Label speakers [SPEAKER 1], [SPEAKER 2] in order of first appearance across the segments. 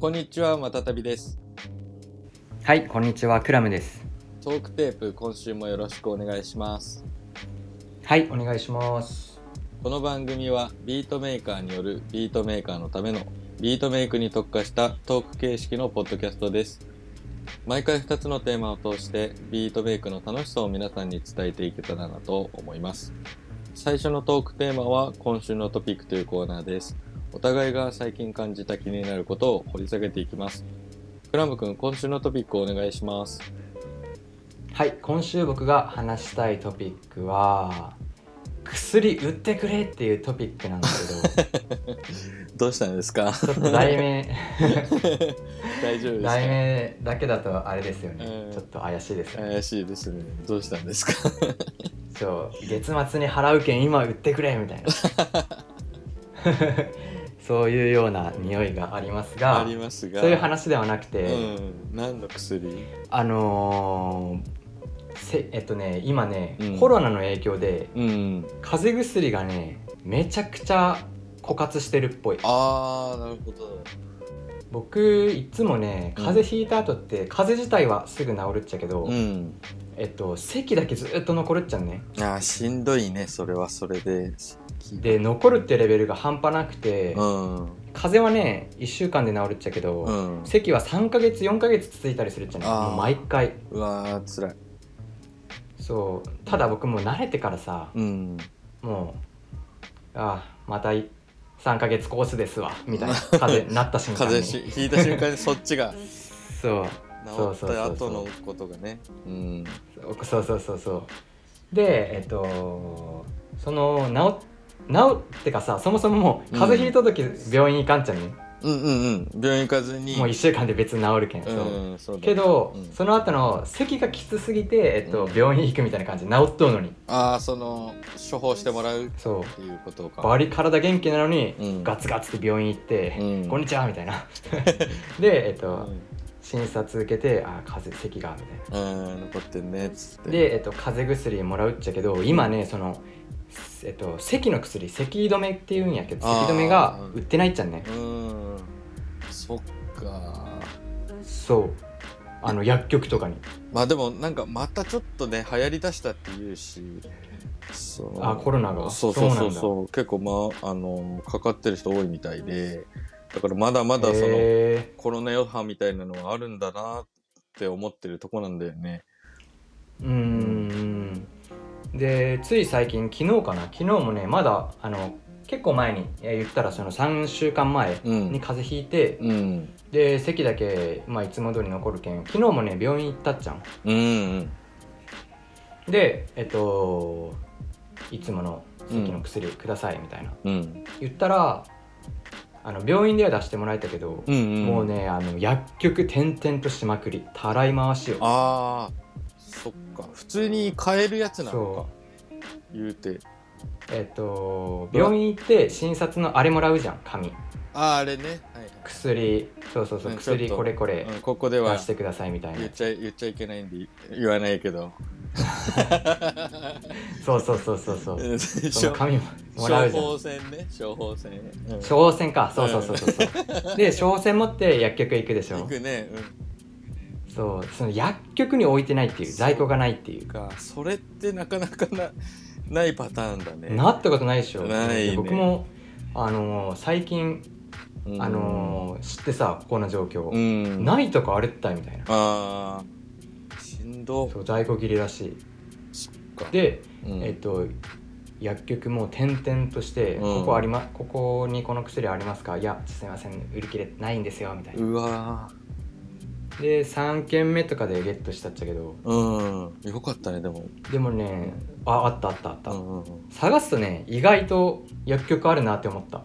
[SPEAKER 1] こんにちは、またたびです。
[SPEAKER 2] はい、こんにちは、クラムです。
[SPEAKER 1] トークテープ、今週もよろしくお願いします。
[SPEAKER 2] はい、お願いします。
[SPEAKER 1] この番組はビートメーカーによるビートメーカーのためのビートメイクに特化したトーク形式のポッドキャストです。毎回2つのテーマを通してビートメイクの楽しさを皆さんに伝えていけたらなと思います。最初のトークテーマは今週のトピックというコーナーです。お互いが最近感じた気になることを掘り下げていきます。クラム君、今週のトピックをお願いします。
[SPEAKER 3] はい今週僕が話したいトピックは薬売ってくれっていうトピックなんだけ
[SPEAKER 1] どうしたんですか
[SPEAKER 3] どちょっと題名
[SPEAKER 1] 大丈夫ですか
[SPEAKER 3] 題名だけだとあれですよね、
[SPEAKER 1] うん
[SPEAKER 3] ちょっと怪しいですね、
[SPEAKER 1] 怪しいですね。どうしたんですか
[SPEAKER 3] そう月末に払う券今売ってくれみた いなそういうような匂いがあります
[SPEAKER 1] あ
[SPEAKER 3] が
[SPEAKER 1] りますが。
[SPEAKER 3] そういう話ではなくて、
[SPEAKER 1] うん。何の薬
[SPEAKER 3] あのーせえっとね今ね、
[SPEAKER 1] うん
[SPEAKER 3] コロナの影響で
[SPEAKER 1] うん。
[SPEAKER 3] 風邪薬がねめちゃくちゃ枯渇してるっぽい
[SPEAKER 1] ああ、なるほど。
[SPEAKER 3] 僕いつもね風邪ひいた後って、風邪自体はすぐ治るっちゃけど、
[SPEAKER 1] うん。
[SPEAKER 3] えっと咳だけずっと残るっちゃうね
[SPEAKER 1] ああ、しんどいね。それはそれで。
[SPEAKER 3] で残るってレベルが半端なくて、
[SPEAKER 1] うん。うん。
[SPEAKER 3] 風邪はね1週間で治るっちゃけど、咳は3ヶ月4ヶ月続いたりするっちゃね
[SPEAKER 1] あー
[SPEAKER 3] もう毎回
[SPEAKER 1] うわー、つらい。
[SPEAKER 3] そうただ僕もう慣れてからさ、
[SPEAKER 1] うん。
[SPEAKER 3] もうああまたい3ヶ月コースですわみ たいな風邪なった瞬間
[SPEAKER 1] 風
[SPEAKER 3] に
[SPEAKER 1] 邪しひいた瞬間にそっちが治
[SPEAKER 3] そうそう
[SPEAKER 1] っ
[SPEAKER 3] そう
[SPEAKER 1] た
[SPEAKER 3] そ
[SPEAKER 1] 後
[SPEAKER 3] う
[SPEAKER 1] のことがね。うん。
[SPEAKER 3] そうそうそうそうでえっとその治っ治ってかさそもそももう風邪ひいた時病院行かんちゃね、
[SPEAKER 1] うんうんうん。病院行かずに。
[SPEAKER 3] もう1週間で別に治るけん、そう
[SPEAKER 1] うん、そうだね
[SPEAKER 3] けど、
[SPEAKER 1] うん
[SPEAKER 3] その後の咳がきつすぎて、えっと
[SPEAKER 1] うん
[SPEAKER 3] 病院行くみたいな感じで治っとうのに
[SPEAKER 1] ああ、その、処方してもらうっ
[SPEAKER 3] そ
[SPEAKER 1] ていうこと
[SPEAKER 3] う
[SPEAKER 1] か。
[SPEAKER 3] バリ体元気なのに、
[SPEAKER 1] うん
[SPEAKER 3] ガツガツって病院行って
[SPEAKER 1] う
[SPEAKER 3] 「
[SPEAKER 1] ん
[SPEAKER 3] こんにちは」みた いなでえっと、
[SPEAKER 1] うん
[SPEAKER 3] 診察受けて「あー風邪咳が」みたいな
[SPEAKER 1] うん、残ってんねっつって。
[SPEAKER 3] で、えっと、風邪薬もらうっちゃけど今ねその、えっと、咳の薬咳止めっていうんやけど
[SPEAKER 1] あー
[SPEAKER 3] 咳止めが売ってないっちゃんね
[SPEAKER 1] う、ーん、そっか。
[SPEAKER 3] そうあの薬局とかに
[SPEAKER 1] まあでもなんかまたちょっとね流行りだしたっていうし、そう
[SPEAKER 3] あコロナが
[SPEAKER 1] そうそうそう
[SPEAKER 3] そう
[SPEAKER 1] そう結構まああのかかってる人多いみたいで、だからまだまだその、
[SPEAKER 3] へ
[SPEAKER 1] コロナ余波みたいなのはあるんだなって思ってるとこなんだよね。
[SPEAKER 3] ーうーんでつい最近昨日かな昨日もねまだあの結構前にえー言ったらその3週間前
[SPEAKER 1] う
[SPEAKER 3] に
[SPEAKER 1] ん。
[SPEAKER 3] 風邪ひいて、
[SPEAKER 1] うん。
[SPEAKER 3] で咳だけ、まあ、いつも通り残るけん昨日もね病院行ったっちゃん
[SPEAKER 1] うんうん。
[SPEAKER 3] でえっといつもの咳の薬くださいみたいな、
[SPEAKER 1] うん。
[SPEAKER 3] 言ったらあの病院では出してもらえたけど、
[SPEAKER 1] うんうん。
[SPEAKER 3] もう。ねあの薬局転々としまくりたらい回しを
[SPEAKER 1] ああ、そっか。普通に買えるやつなのか
[SPEAKER 3] そ
[SPEAKER 1] 言うて。
[SPEAKER 3] うえっ、と病院行って診察のあれもらうじゃん紙
[SPEAKER 1] あああれね。はいはい。
[SPEAKER 3] 薬そうそうそう
[SPEAKER 1] うん
[SPEAKER 3] 薬
[SPEAKER 1] ちょっと
[SPEAKER 3] これこれ
[SPEAKER 1] うん、ここで
[SPEAKER 3] 出
[SPEAKER 1] は
[SPEAKER 3] してくださいみたいな
[SPEAKER 1] 言っちゃい言っちゃいけないんで言わないけど
[SPEAKER 3] そうそうそうそうそ うそ
[SPEAKER 1] 処
[SPEAKER 3] の紙ももら
[SPEAKER 1] 処
[SPEAKER 3] うじゃん
[SPEAKER 1] 方箋ね処方箋、うん
[SPEAKER 3] 処方箋かそうそうそうそうそうで処方箋持って薬局行くでし
[SPEAKER 1] 行
[SPEAKER 3] ょ
[SPEAKER 1] くね
[SPEAKER 3] そうその薬局に置いてないっていう在庫がないっていう
[SPEAKER 1] うんかそれってなかなかなないパターンだね
[SPEAKER 3] なったことないでしょ
[SPEAKER 1] ないね
[SPEAKER 3] 僕もあのー最近
[SPEAKER 1] うん
[SPEAKER 3] あのー知ってさこんな状況、
[SPEAKER 1] うん
[SPEAKER 3] ないとかあるったいみたいな
[SPEAKER 1] あーしんど
[SPEAKER 3] そう在庫切りらしい
[SPEAKER 1] か
[SPEAKER 3] で、
[SPEAKER 1] うん
[SPEAKER 3] えっと薬局も転々として、
[SPEAKER 1] うん
[SPEAKER 3] ここありまここにこの薬ありますかいやすいません売り切れないんですよみたいな、
[SPEAKER 1] うわ
[SPEAKER 3] で3軒目とかでゲットしたっちゃけど
[SPEAKER 1] ーうんよかったねでも
[SPEAKER 3] でもねああったあったあった、
[SPEAKER 1] うんうんうん
[SPEAKER 3] 探すとね意外と薬局あるなって思った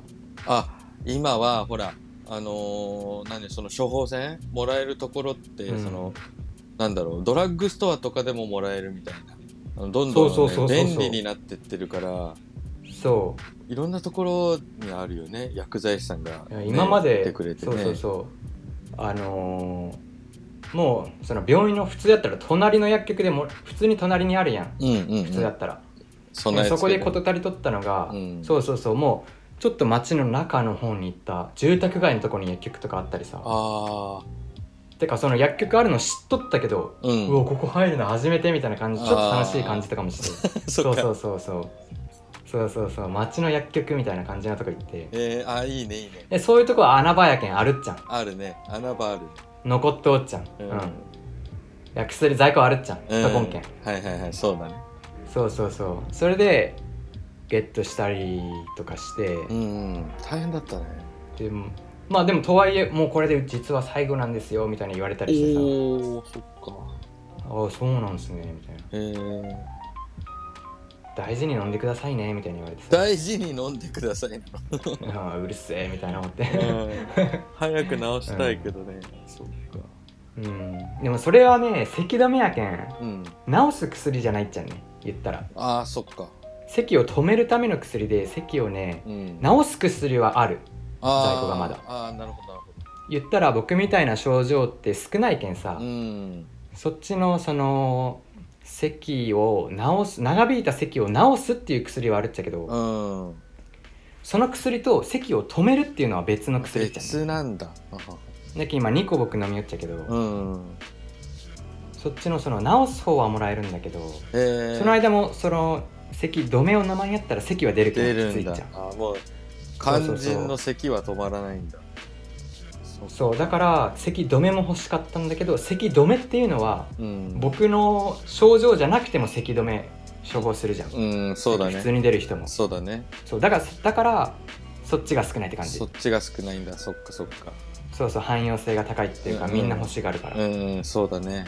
[SPEAKER 1] あ今はほらあのー何その処方箋もらえるところって、
[SPEAKER 3] うん
[SPEAKER 1] そのなんだろうドラッグストアとかでももらえるみたいなあのどんどんね、
[SPEAKER 3] そうそうそうそうそ
[SPEAKER 1] 便
[SPEAKER 3] う
[SPEAKER 1] 利になってってるから
[SPEAKER 3] そう
[SPEAKER 1] いろんなところにあるよね薬剤師さんが
[SPEAKER 3] い
[SPEAKER 1] ね、
[SPEAKER 3] や今ま
[SPEAKER 1] やっ
[SPEAKER 3] で、
[SPEAKER 1] てくれてね
[SPEAKER 3] そうそうそうあのーもうその病院の普通だったら隣の薬局でも普通に隣にあるやん
[SPEAKER 1] うんうん、うん、
[SPEAKER 3] 普通だったら、
[SPEAKER 1] そんなやつ
[SPEAKER 3] そこで事足りとったのが、
[SPEAKER 1] うん
[SPEAKER 3] そうそうそうもうちょっと街の中の方に行った住宅街のとこに薬局とかあったりさ
[SPEAKER 1] ああ
[SPEAKER 3] てかその薬局あるの知っとったけど、
[SPEAKER 1] う
[SPEAKER 3] うんおここ入るの初めてみたいな感じちょっと楽しい感じとかもして
[SPEAKER 1] そ
[SPEAKER 3] そ
[SPEAKER 1] っ
[SPEAKER 3] う
[SPEAKER 1] か
[SPEAKER 3] そうそうそうそうそうそう街の薬局みたいな感じのとこ行って
[SPEAKER 1] えー、あーいいねいいね
[SPEAKER 3] でそういうとこは穴場やけんあるっちゃん
[SPEAKER 1] あるね穴場ある
[SPEAKER 3] 残っとおっちゃん、うん
[SPEAKER 1] うん
[SPEAKER 3] いや薬在庫あるっちゃん
[SPEAKER 1] うん
[SPEAKER 3] とこんけん
[SPEAKER 1] はいはいはいそうだね
[SPEAKER 3] そうそうそうそれでゲットしたりとかして、
[SPEAKER 1] うんうん大変だったね
[SPEAKER 3] でもまあでもとはいえもうこれで実は最後なんですよみたいな言われたりしてさ
[SPEAKER 1] おおそっか
[SPEAKER 3] ああそうなんすねみたいな
[SPEAKER 1] えー、
[SPEAKER 3] 大事に飲んでくださいねみたいに言われてさ
[SPEAKER 1] 大事に飲んでくださいな
[SPEAKER 3] ああうるせえみたいな思って
[SPEAKER 1] うん早く直したいけどね、そっか
[SPEAKER 3] うんでもそれはね咳止めやけん
[SPEAKER 1] うん
[SPEAKER 3] 治す薬じゃないっちゃんね言ったら
[SPEAKER 1] ああそっか
[SPEAKER 3] 咳を止めるための薬で咳をね
[SPEAKER 1] うん
[SPEAKER 3] 治す薬はある
[SPEAKER 1] あー
[SPEAKER 3] 在庫がまだ
[SPEAKER 1] あーなるほどなるほ
[SPEAKER 3] 言ったら僕みたいな症状って少ないけんさ、
[SPEAKER 1] どうん
[SPEAKER 3] そっちのその咳を治す長引いた咳を治すっていう薬はあるっちゃけど、
[SPEAKER 1] うん
[SPEAKER 3] その薬と咳を止めるっていうのは別の薬っちゃね
[SPEAKER 1] 別なんだ
[SPEAKER 3] だけど今2個僕飲みよっちゃけど、
[SPEAKER 1] うん
[SPEAKER 3] そっちのその治す方はもらえるんだけど、
[SPEAKER 1] えー、
[SPEAKER 3] その間もその咳止めを生にやったら咳は出るけ
[SPEAKER 1] 出
[SPEAKER 3] ど
[SPEAKER 1] る
[SPEAKER 3] きつい
[SPEAKER 1] ん
[SPEAKER 3] っち
[SPEAKER 1] だ
[SPEAKER 3] ゃ
[SPEAKER 1] あ
[SPEAKER 3] う
[SPEAKER 1] ーもう肝心の咳は止まらないんだそ
[SPEAKER 3] そうだから咳止めも欲しかったんだけど咳止めっていうのは
[SPEAKER 1] うん
[SPEAKER 3] 僕の症状じゃなくても咳止め処方するじゃん、
[SPEAKER 1] うんそうだ
[SPEAKER 3] 普通
[SPEAKER 1] ね
[SPEAKER 3] に出る人も
[SPEAKER 1] そうだね
[SPEAKER 3] そうだからだからそっちが少ないって感じ
[SPEAKER 1] そっちが少ないんだそっかそっか
[SPEAKER 3] そうそう汎用性が高いっていうか、
[SPEAKER 1] うん
[SPEAKER 3] みんな欲しがるから、
[SPEAKER 1] うんうんそうだね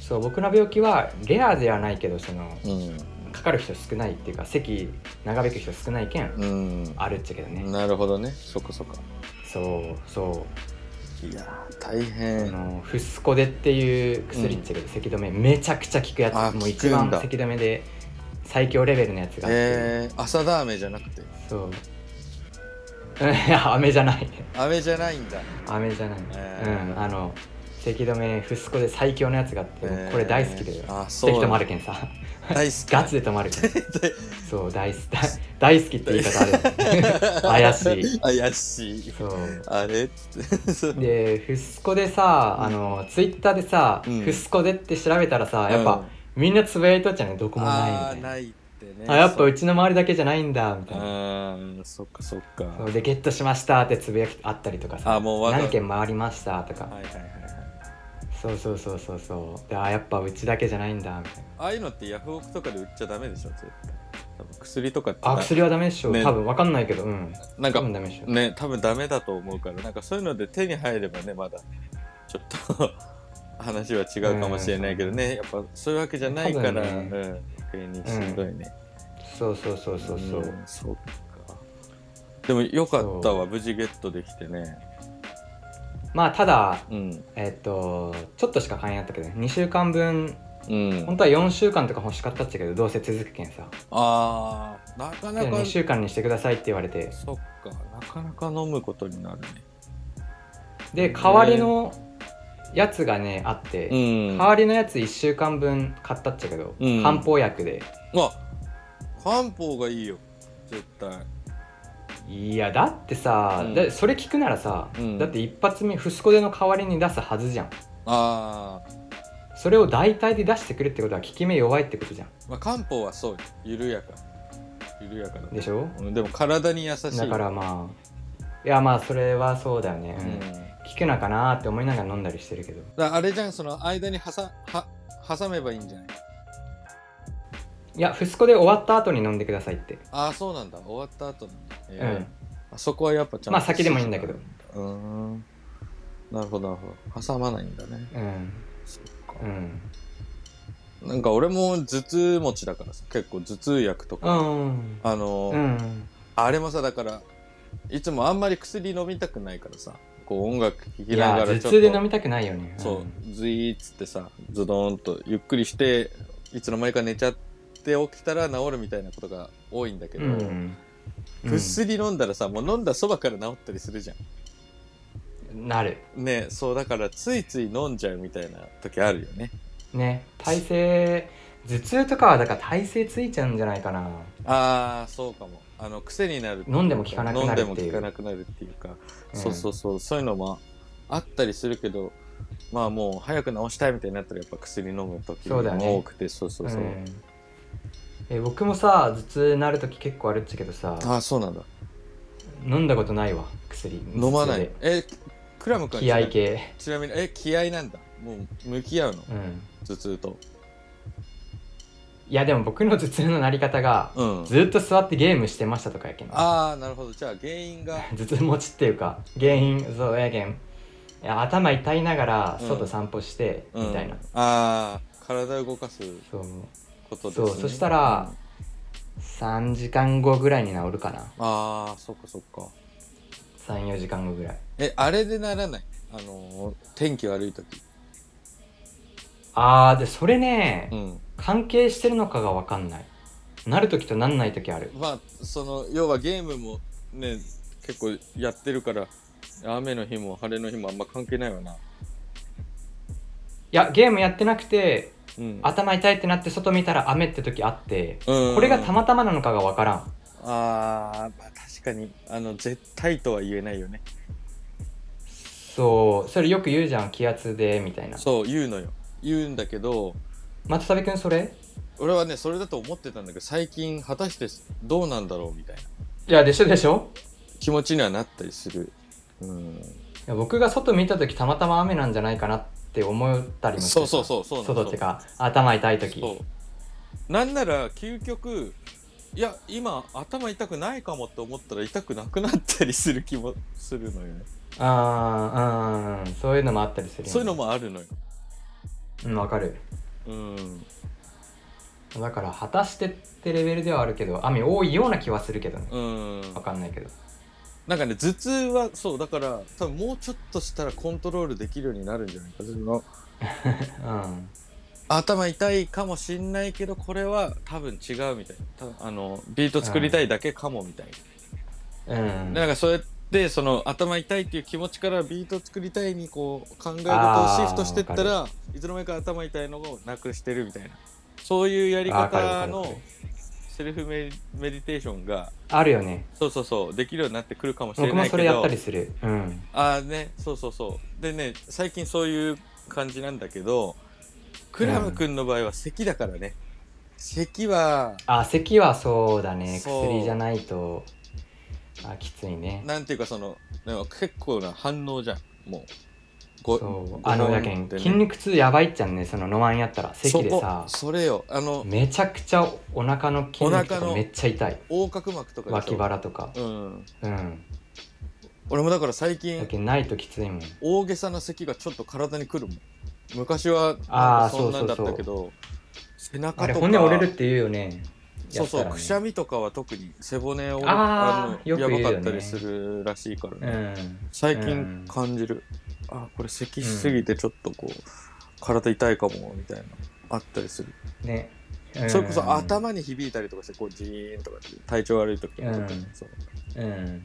[SPEAKER 3] そう僕の病気はレアではないけどその
[SPEAKER 1] うん
[SPEAKER 3] かかる人少ないっていうか席長引く人少ないけん
[SPEAKER 1] うん
[SPEAKER 3] あるっちゃけどね、
[SPEAKER 1] なるほどねそっかそっか
[SPEAKER 3] そうそう
[SPEAKER 1] いやー大
[SPEAKER 3] あ
[SPEAKER 1] 変
[SPEAKER 3] のフスコデっていう薬っちゃけど、咳止めめちゃくちゃ効くや
[SPEAKER 1] あ
[SPEAKER 3] つもう
[SPEAKER 1] 効く
[SPEAKER 3] 一
[SPEAKER 1] んだ
[SPEAKER 3] 番咳止めで最強レベルのやつがあって、
[SPEAKER 1] えー、朝だ飴じゃなくて
[SPEAKER 3] そう いや飴じゃない
[SPEAKER 1] 飴じゃないんだ
[SPEAKER 3] 飴じゃない、
[SPEAKER 1] えー
[SPEAKER 3] うんあの咳止めフスコで最強のやつがあって、もうこれ大好きで
[SPEAKER 1] えーあそう
[SPEAKER 3] 適当もあるけ んさ
[SPEAKER 1] 大好き
[SPEAKER 3] ガチで止まるそう大好き 大大好きって言い方ある 怪し い
[SPEAKER 1] 怪しい
[SPEAKER 3] そう
[SPEAKER 1] あれっつってそう
[SPEAKER 3] でフスコでさ
[SPEAKER 1] うん
[SPEAKER 3] あのツイッターでさ、
[SPEAKER 1] うん
[SPEAKER 3] フスコでって調べたらさ やっ
[SPEAKER 1] うん
[SPEAKER 3] ぱ、みんなつぶやいとっちゃうねどこも
[SPEAKER 1] あー
[SPEAKER 3] ないみたいな
[SPEAKER 1] ないってね
[SPEAKER 3] あやっぱ
[SPEAKER 1] そう
[SPEAKER 3] うちの周りだけじゃないんだみたいな
[SPEAKER 1] あーそっかそっか
[SPEAKER 3] そ
[SPEAKER 1] は
[SPEAKER 3] うでゲットしましたってつぶやきあったりとかさ
[SPEAKER 1] あもうわかる
[SPEAKER 3] 何件回りましたとか、
[SPEAKER 1] いはいはいはい
[SPEAKER 3] そうそうそうそうそうであやっぱうちだけじゃないんだみたいな
[SPEAKER 1] ああいうのってヤフオクとかで売っちゃダメでしょ絶対多分薬とかってな
[SPEAKER 3] あ薬はダメでしょ、
[SPEAKER 1] ね
[SPEAKER 3] 多分わかんないけどうん
[SPEAKER 1] なん
[SPEAKER 3] 多
[SPEAKER 1] か
[SPEAKER 3] 分ダメでしょ、
[SPEAKER 1] ね多分ダメだと思うからなんかそういうので手に入ればねまだちょっと 話は違うかもしれないけどね、やっぱそういうわけじゃないから、
[SPEAKER 3] 多分
[SPEAKER 1] うん逆にしんどいね、
[SPEAKER 3] そうそうそうそうそう、
[SPEAKER 1] んそっかでもよかったわ無事ゲットできてね
[SPEAKER 3] まあただ
[SPEAKER 1] うん
[SPEAKER 3] えっ、とちょっとしか買えんやったけどね2週間分
[SPEAKER 1] うん
[SPEAKER 3] 本当は4週間とか欲しかったっちゃけどどうせ続くけんさ
[SPEAKER 1] あーなかな
[SPEAKER 3] で
[SPEAKER 1] か
[SPEAKER 3] 2週間にしてくださいって言われて
[SPEAKER 1] そっかなかなか飲むことになるね
[SPEAKER 3] で代わりのやつがねあって、
[SPEAKER 1] うん
[SPEAKER 3] 代わりのやつ1週間分買ったっちゃけど、
[SPEAKER 1] うん
[SPEAKER 3] 漢方薬で
[SPEAKER 1] あ漢方がいいよ絶対
[SPEAKER 3] いやだってさ、
[SPEAKER 1] うん
[SPEAKER 3] だそれ聞くならさ、
[SPEAKER 1] うん
[SPEAKER 3] だって一発目フスコでの代わりに出すはずじゃん
[SPEAKER 1] あー、
[SPEAKER 3] それを代替で出してくるってことは効き目弱いってことじゃん
[SPEAKER 1] まあ、漢方はそうよ緩やか緩やかだ
[SPEAKER 3] でしょ
[SPEAKER 1] うんでも体に優しい
[SPEAKER 3] だからまあいやまあそれはそうだよね、
[SPEAKER 1] う
[SPEAKER 3] うんん、効くなかなーって思いながら飲んだりしてるけど
[SPEAKER 1] だからあれじゃんその間に挟は挟めばいいんじゃない
[SPEAKER 3] いやフスコで終わった後に飲んでくださいって、
[SPEAKER 1] ああそうなんだ終わった後なんだ、えー
[SPEAKER 3] うん
[SPEAKER 1] あそこはやっぱちゃんと
[SPEAKER 3] まあ先でもいいんだけど
[SPEAKER 1] うーんなるほどなるほど挟まないんだね
[SPEAKER 3] うん
[SPEAKER 1] そっ
[SPEAKER 3] う
[SPEAKER 1] か、
[SPEAKER 3] ん
[SPEAKER 1] なんか俺も頭痛持ちだからさ結構頭痛薬と
[SPEAKER 3] う
[SPEAKER 1] か、
[SPEAKER 3] ん
[SPEAKER 1] あのー
[SPEAKER 3] うん
[SPEAKER 1] あれもさだからいつもあんまり薬飲みたくないからさこう音楽聴き
[SPEAKER 3] い
[SPEAKER 1] な
[SPEAKER 3] や
[SPEAKER 1] がらちょ
[SPEAKER 3] 頭
[SPEAKER 1] っと
[SPEAKER 3] 痛で飲みたくないよね
[SPEAKER 1] そう、ズイーっつってさズドーンとゆっくりしていつの間にか寝ちゃって起きたら治るみたいなことが多いんだけ
[SPEAKER 3] う
[SPEAKER 1] ど、
[SPEAKER 3] ん、うん
[SPEAKER 1] 薬飲んだらさもう飲んだそばから治ったりするじゃ
[SPEAKER 3] うんなる
[SPEAKER 1] んねそうだからついつい飲んじゃうみたいな時あるよね
[SPEAKER 3] ね体勢頭痛とかはだから体勢ついちゃうんじゃないかな
[SPEAKER 1] ああそうかもあの癖になる
[SPEAKER 3] 飲んでも効かなく
[SPEAKER 1] 飲ん
[SPEAKER 3] な
[SPEAKER 1] で
[SPEAKER 3] るっ
[SPEAKER 1] も
[SPEAKER 3] て
[SPEAKER 1] 効
[SPEAKER 3] い
[SPEAKER 1] か
[SPEAKER 3] う
[SPEAKER 1] なくなるっていうか、
[SPEAKER 3] うん
[SPEAKER 1] そうそうそうそういうのもあったりするけどまあもう早く治したいみたいになったらやっぱ薬飲む時
[SPEAKER 3] そうだよね
[SPEAKER 1] も多くてそうそうそう、
[SPEAKER 3] うんえ僕もさ頭痛なるとき結構あるっちゃけどさ
[SPEAKER 1] ああそうなんだ
[SPEAKER 3] 飲んだことないわ薬
[SPEAKER 1] 飲まな
[SPEAKER 3] 頭
[SPEAKER 1] い
[SPEAKER 3] 痛
[SPEAKER 1] えクラム
[SPEAKER 3] で
[SPEAKER 1] 君
[SPEAKER 3] 気合系
[SPEAKER 1] ちなみにえ気合なんだもう向き合うの
[SPEAKER 3] うん
[SPEAKER 1] 頭痛と
[SPEAKER 3] いやでも僕の頭痛のなり方が、
[SPEAKER 1] うん
[SPEAKER 3] ずっと座ってゲームしてましたとかやけん頭
[SPEAKER 1] ああなるほどじゃあ原因が
[SPEAKER 3] 痛持ちっていうか原因そうやけんいや頭痛いながら
[SPEAKER 1] うん
[SPEAKER 3] 外散歩して、みたい
[SPEAKER 1] う
[SPEAKER 3] な
[SPEAKER 1] ん、ああ体を動かす
[SPEAKER 3] そう
[SPEAKER 1] ことです
[SPEAKER 3] そ
[SPEAKER 1] ね
[SPEAKER 3] うそしたら
[SPEAKER 1] うん
[SPEAKER 3] 3時間後ぐらいに治るかな
[SPEAKER 1] ああそっかそっか
[SPEAKER 3] 34時間後ぐらい
[SPEAKER 1] えあれでならないあのー天気悪い時
[SPEAKER 3] あーでそれね、
[SPEAKER 1] うん
[SPEAKER 3] 関係してるのかが分かんないなるときとなんないときある
[SPEAKER 1] まあその要はゲームもね結構やってるから雨の日も晴れの日もあんま関係ないわな、
[SPEAKER 3] いやゲームやってなくて
[SPEAKER 1] うん、
[SPEAKER 3] 頭痛いってなって外見たら雨って時あって
[SPEAKER 1] うん
[SPEAKER 3] これがたまたまなのかが分からん
[SPEAKER 1] あー、まあ確かにあの絶対とは言えないよね
[SPEAKER 3] そうそれよく言うじゃん気圧でみたいな
[SPEAKER 1] そう言うのよ言うんだけど
[SPEAKER 3] 松田部君それ
[SPEAKER 1] 俺はねそれだと思ってたんだけど最近果たしてどうなんだろうみたいない
[SPEAKER 3] やでしょでしょ
[SPEAKER 1] 気持ちにはなったりする、うん、
[SPEAKER 3] いや僕が外見た時たまたま雨なんじゃないかなって思ったりもして
[SPEAKER 1] そうそうそうそうなの
[SPEAKER 3] 外っていうか頭痛い時
[SPEAKER 1] そうなんなら究極いや今頭痛くないかもって思ったら痛くなくなったりする気もするのよね
[SPEAKER 3] あーうんそういうのもあったりするよね
[SPEAKER 1] そういうのもあるのよ
[SPEAKER 3] うんわかる
[SPEAKER 1] うん
[SPEAKER 3] だから果たしてってレベルではあるけど雨多いような気はするけどね
[SPEAKER 1] うん
[SPEAKER 3] わかんないけど
[SPEAKER 1] なんかね頭痛はそうだから多分もうちょっとしたらコントロールできるようになるんじゃないかその
[SPEAKER 3] うん
[SPEAKER 1] 頭痛いかもしんないけどこれは多分違うみたいな多分あのビート作りたいだけかもみたいな
[SPEAKER 3] うん
[SPEAKER 1] でなんかそうやってその頭痛いっていう気持ちからビート作りたいにこう考え方をシフトしてったらいつの間にか頭痛いのをなくしてるみたいなそういうやり
[SPEAKER 3] あわかるわ
[SPEAKER 1] 方
[SPEAKER 3] かるわかる
[SPEAKER 1] のセルフメディメディテーションが
[SPEAKER 3] あるよね
[SPEAKER 1] そうそうそうできるようになってくるかもしれ
[SPEAKER 3] 僕
[SPEAKER 1] ない
[SPEAKER 3] も
[SPEAKER 1] け
[SPEAKER 3] そ
[SPEAKER 1] ど
[SPEAKER 3] れやったりするうん
[SPEAKER 1] ああねそうそうそうでね最近そういう感じなんだけどクラム君の場合は咳だからね、咳は
[SPEAKER 3] あ咳はそうだね
[SPEAKER 1] そう
[SPEAKER 3] 薬じゃないとあきついね
[SPEAKER 1] なんていうかそのなんか結構な反応じゃんもうご
[SPEAKER 3] そう
[SPEAKER 1] ご
[SPEAKER 3] あの
[SPEAKER 1] 本
[SPEAKER 3] やけん
[SPEAKER 1] でね
[SPEAKER 3] 筋肉痛やばいっちゃんねその飲まんやったら咳でさ
[SPEAKER 1] そこそれよあの
[SPEAKER 3] めちゃくちゃお腹の筋肉
[SPEAKER 1] お腹
[SPEAKER 3] と
[SPEAKER 1] の
[SPEAKER 3] かめっちゃ痛い
[SPEAKER 1] 横隔膜とかでし
[SPEAKER 3] 脇
[SPEAKER 1] ょ
[SPEAKER 3] 腹とか
[SPEAKER 1] うん
[SPEAKER 3] うん
[SPEAKER 1] 俺もだから最
[SPEAKER 3] だ
[SPEAKER 1] 近
[SPEAKER 3] けどないときついもん
[SPEAKER 1] 大げさな咳がちょっと体にくるもん昔はなんか
[SPEAKER 3] あー
[SPEAKER 1] そんなんだ
[SPEAKER 3] そ
[SPEAKER 1] った
[SPEAKER 3] うそうそう
[SPEAKER 1] けど背中とか
[SPEAKER 3] あれ骨折れるって言うよね
[SPEAKER 1] そうそう、
[SPEAKER 3] やったらね
[SPEAKER 1] くしゃみとかは特に背骨を
[SPEAKER 3] あ
[SPEAKER 1] の
[SPEAKER 3] ーよ
[SPEAKER 1] や
[SPEAKER 3] く言うよ
[SPEAKER 1] ば
[SPEAKER 3] ね
[SPEAKER 1] かったりするらしいからね、
[SPEAKER 3] うん
[SPEAKER 1] 最
[SPEAKER 3] う
[SPEAKER 1] 近
[SPEAKER 3] ん
[SPEAKER 1] 感じる、あこれ咳しすぎてちょっとこう体痛いかもみたいなあったりする、
[SPEAKER 3] ね
[SPEAKER 1] それこそ
[SPEAKER 3] うん
[SPEAKER 1] 頭に響いたりとかしてこうジーンとかって体調悪い時とか特に
[SPEAKER 3] うん
[SPEAKER 1] そう
[SPEAKER 3] うん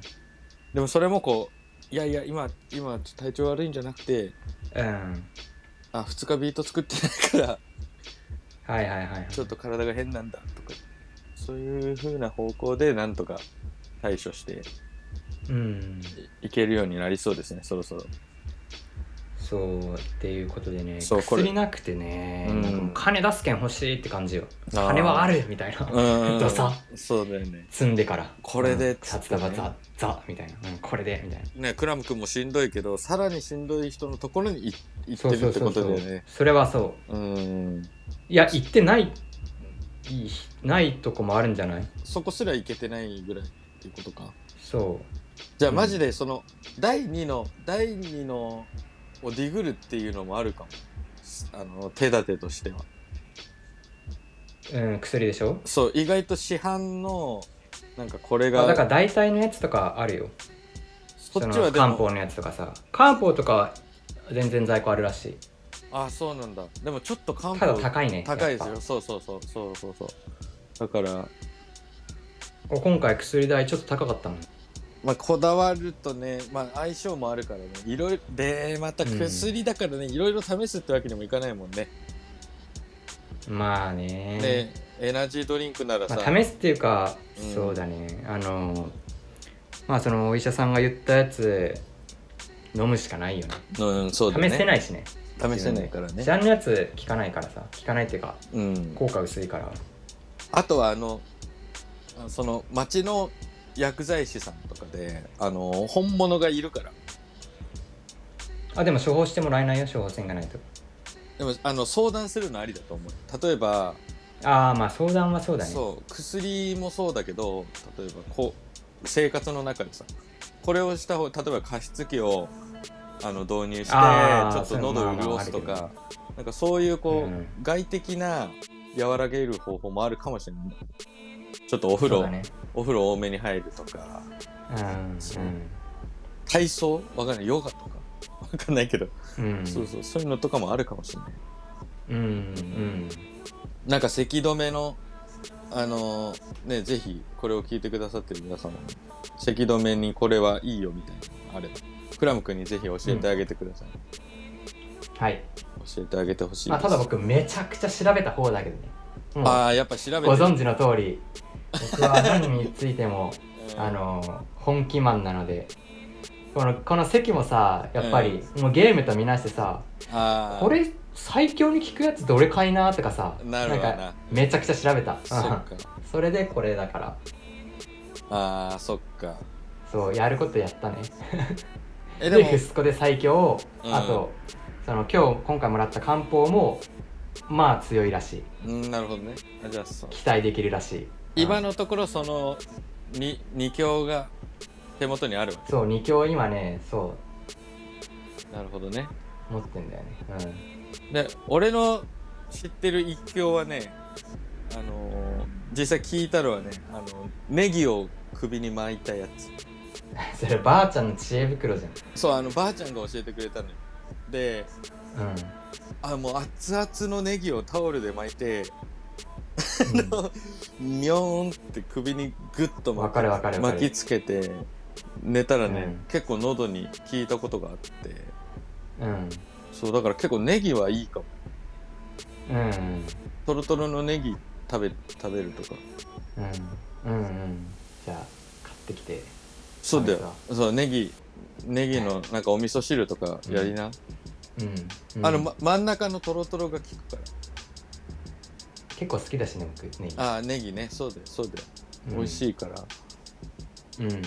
[SPEAKER 1] でもそれもこういやいや今今ちょっと体調悪いんじゃなくて
[SPEAKER 3] うん
[SPEAKER 1] あ2日ビート作ってないから
[SPEAKER 3] はいはいはいはい
[SPEAKER 1] ちょっと体が変なんだとかそういう風な方向でなんとか対処して
[SPEAKER 3] うん
[SPEAKER 1] いけるようになりそうですねそろそろ
[SPEAKER 3] そうっていうことでね
[SPEAKER 1] そうこれ
[SPEAKER 3] 薬なくてね、
[SPEAKER 1] うん
[SPEAKER 3] なんかもう金出すけん欲しいって感じよ
[SPEAKER 1] あー
[SPEAKER 3] 金はあるみたいな
[SPEAKER 1] うん
[SPEAKER 3] ダサ
[SPEAKER 1] そうだよね
[SPEAKER 3] 積んでから
[SPEAKER 1] これで
[SPEAKER 3] うん札束ザザみたいな、うんこれでみたいな
[SPEAKER 1] ねクラム君もしんどいけどさらにしんどい人のところにい行っ
[SPEAKER 3] そう
[SPEAKER 1] て
[SPEAKER 3] そ
[SPEAKER 1] る
[SPEAKER 3] う
[SPEAKER 1] って
[SPEAKER 3] そ
[SPEAKER 1] こ
[SPEAKER 3] うそ
[SPEAKER 1] と
[SPEAKER 3] う
[SPEAKER 1] だよね
[SPEAKER 3] それはそう
[SPEAKER 1] うん
[SPEAKER 3] いや行ってないいいないとこもあるんじゃない
[SPEAKER 1] そこすら行けてないぐらいっていうことか
[SPEAKER 3] そ
[SPEAKER 1] じゃあ
[SPEAKER 3] うん
[SPEAKER 1] マジでその第2の第2のをディグルっていうのもあるかもあの手立てとしては
[SPEAKER 3] う、うん、薬でしょ
[SPEAKER 1] そう意外と市販のなんかこれ
[SPEAKER 3] あだから
[SPEAKER 1] が
[SPEAKER 3] 大体のやつとかあるよ
[SPEAKER 1] こっち
[SPEAKER 3] そ
[SPEAKER 1] は
[SPEAKER 3] の
[SPEAKER 1] で
[SPEAKER 3] 漢
[SPEAKER 1] も
[SPEAKER 3] 方のやつとかさ漢方とかは全然在庫あるらしい
[SPEAKER 1] あそうなんだでもちょっと漢
[SPEAKER 3] ただ
[SPEAKER 1] 方
[SPEAKER 3] 高いね
[SPEAKER 1] 高いです
[SPEAKER 3] やっ
[SPEAKER 1] よそうそうそうそうそうそうだから
[SPEAKER 3] ぱ今回薬代ちょっと高かったもん
[SPEAKER 1] まあこだわるとねまあ相性もあるからねいろいろでまた
[SPEAKER 3] うん
[SPEAKER 1] 薬だからねいろいろ試すってわけにもいかないもんね
[SPEAKER 3] まあね
[SPEAKER 1] でエナジードリンクなら
[SPEAKER 3] ま
[SPEAKER 1] さ、
[SPEAKER 3] あ、試すっていうか、
[SPEAKER 1] うん
[SPEAKER 3] そうだねあのまあそのお医者さんが言ったやつ飲むしかないよね
[SPEAKER 1] うん、そうだね
[SPEAKER 3] 試せないしね
[SPEAKER 1] 試せないからね
[SPEAKER 3] 市販のやつ効かないからさ効かないっていうか
[SPEAKER 1] うん、
[SPEAKER 3] 効果薄いから
[SPEAKER 1] あとはあのあその町の薬剤師さんとかであの本物がいるから
[SPEAKER 3] あでも処方してもらえないよ処方箋がないと
[SPEAKER 1] でもあの相談するのありだと思う例えば
[SPEAKER 3] ああまあ相談はそうだね
[SPEAKER 1] そう薬もそうだけど例えばこう生活の中でさこれをした方例えば加湿器をあの導入してち
[SPEAKER 3] あー
[SPEAKER 1] ょっと喉を潤すと
[SPEAKER 3] それもまあまああ
[SPEAKER 1] か
[SPEAKER 3] る
[SPEAKER 1] なんかそういうこう、
[SPEAKER 3] うん
[SPEAKER 1] 外的な和らげる方法もあるかもしれないちょっとお風
[SPEAKER 3] そう
[SPEAKER 1] 呂、
[SPEAKER 3] だね
[SPEAKER 1] お風呂多めに入るとかそう体操わかんないヨガとかわかんないけど、
[SPEAKER 3] うんうん
[SPEAKER 1] そうそうそういうのとかもあるかもしれない
[SPEAKER 3] うんうん
[SPEAKER 1] なんか咳止めのあのーねぜひこれを聞いてくださってる皆さんも咳止めにこれはいいよみたいなのあればクラム君にぜひ教えてあげてください、
[SPEAKER 3] はい
[SPEAKER 1] 教えてあげてほしいで
[SPEAKER 3] あ
[SPEAKER 1] す
[SPEAKER 3] ただ僕めちゃくちゃ調べた方だけどねもう
[SPEAKER 1] あーやっぱ調べて
[SPEAKER 3] ご存知の通り僕は何についても
[SPEAKER 1] うん
[SPEAKER 3] あの本気マンなのでこのこの席もさやっぱり、もうゲームと見なしてさ
[SPEAKER 1] あー
[SPEAKER 3] これ最強に効くやつどれかいなとかさ
[SPEAKER 1] なるわ
[SPEAKER 3] んか
[SPEAKER 1] な
[SPEAKER 3] めちゃくちゃ調べた
[SPEAKER 1] そっか
[SPEAKER 3] うんそれでこれだから
[SPEAKER 1] あーそっか
[SPEAKER 3] そうやることやったね
[SPEAKER 1] えで
[SPEAKER 3] で
[SPEAKER 1] も
[SPEAKER 3] フスコで最強を、
[SPEAKER 1] うん
[SPEAKER 3] あとその今日今回もらった漢方もまあ強いらしい
[SPEAKER 1] うんなるほどねあじゃあそう
[SPEAKER 3] 期待できるらしい
[SPEAKER 1] 今
[SPEAKER 3] うん
[SPEAKER 1] のところそのに二強が手元にあるわ
[SPEAKER 3] そう2強今ねそ
[SPEAKER 1] けなるほどね
[SPEAKER 3] う持ってんだよねうん
[SPEAKER 1] で俺の知ってる一強はねあのー実際聞いたのはねあのネギを首に巻いたやつ
[SPEAKER 3] そればあちゃんの知恵袋じ
[SPEAKER 1] そうあのばあちゃんが教えてくれたのよで
[SPEAKER 3] ゃん、うん、
[SPEAKER 1] あもう熱々のネギをタオルで巻いて ミョーンって首にグッと
[SPEAKER 3] わ
[SPEAKER 1] 巻
[SPEAKER 3] かるわかる
[SPEAKER 1] き
[SPEAKER 3] わか
[SPEAKER 1] 巻き
[SPEAKER 3] る
[SPEAKER 1] つけて寝たらね、
[SPEAKER 3] うん
[SPEAKER 1] 結構喉に効いたことがあって
[SPEAKER 3] うん
[SPEAKER 1] そうだから結構ネギはいいかも
[SPEAKER 3] うん
[SPEAKER 1] トロトロのネギ食べ食べるとか
[SPEAKER 3] うんうんうんじゃあ買ってきて
[SPEAKER 1] そうだよ
[SPEAKER 3] あれ
[SPEAKER 1] そうネギネギのなんかお味噌汁とかやりな、
[SPEAKER 3] うん、うん
[SPEAKER 1] あの、ま、真ん中のトロトロが効くから
[SPEAKER 3] 結構好きだしね僕ね
[SPEAKER 1] ああネギねそうだよそうだよ、美味
[SPEAKER 3] い
[SPEAKER 1] しいから
[SPEAKER 3] うん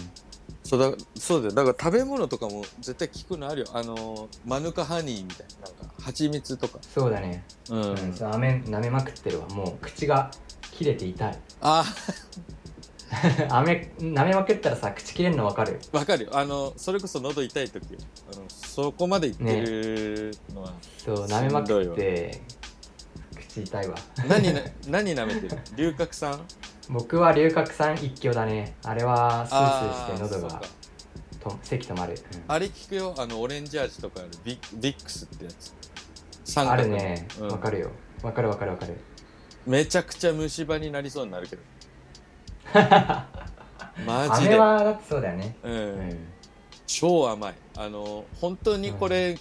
[SPEAKER 1] そうだそうだよだから食べ物とかも絶対効くのあるよあのーマヌカハニーみたいななんか蜂蜜とか
[SPEAKER 3] そうだね
[SPEAKER 1] うん、
[SPEAKER 3] うん、そう舐め舐めまくってるわもう口が切れて痛い
[SPEAKER 1] あ
[SPEAKER 3] 舐め舐めまくったらさ口切れるのわかる
[SPEAKER 1] あ わかるよあのそれこそ喉痛い時よあのそこまでいってるのは、
[SPEAKER 3] そう舐めまくって口痛いわ
[SPEAKER 1] 何な 何舐めてる龍角散
[SPEAKER 3] 僕は龍角散一挙だねあれはスースーして
[SPEAKER 1] ー
[SPEAKER 3] 喉
[SPEAKER 1] そう
[SPEAKER 3] が
[SPEAKER 1] か
[SPEAKER 3] と咳止まる、うん
[SPEAKER 1] あれ聞くよ、あの、オレンジ味とかあるビッ、ビックスってやつ。三
[SPEAKER 3] あ
[SPEAKER 1] 角
[SPEAKER 3] る
[SPEAKER 1] の
[SPEAKER 3] ね
[SPEAKER 1] うん
[SPEAKER 3] わ、かるよわかるわかるわかる
[SPEAKER 1] めちゃくちゃ虫歯になりそうにな るけど。マ
[SPEAKER 3] あ
[SPEAKER 1] ジ
[SPEAKER 3] れ
[SPEAKER 1] で。
[SPEAKER 3] はだってそうだよね
[SPEAKER 1] う。
[SPEAKER 3] うんん
[SPEAKER 1] 超甘い。あの、本当にこれ、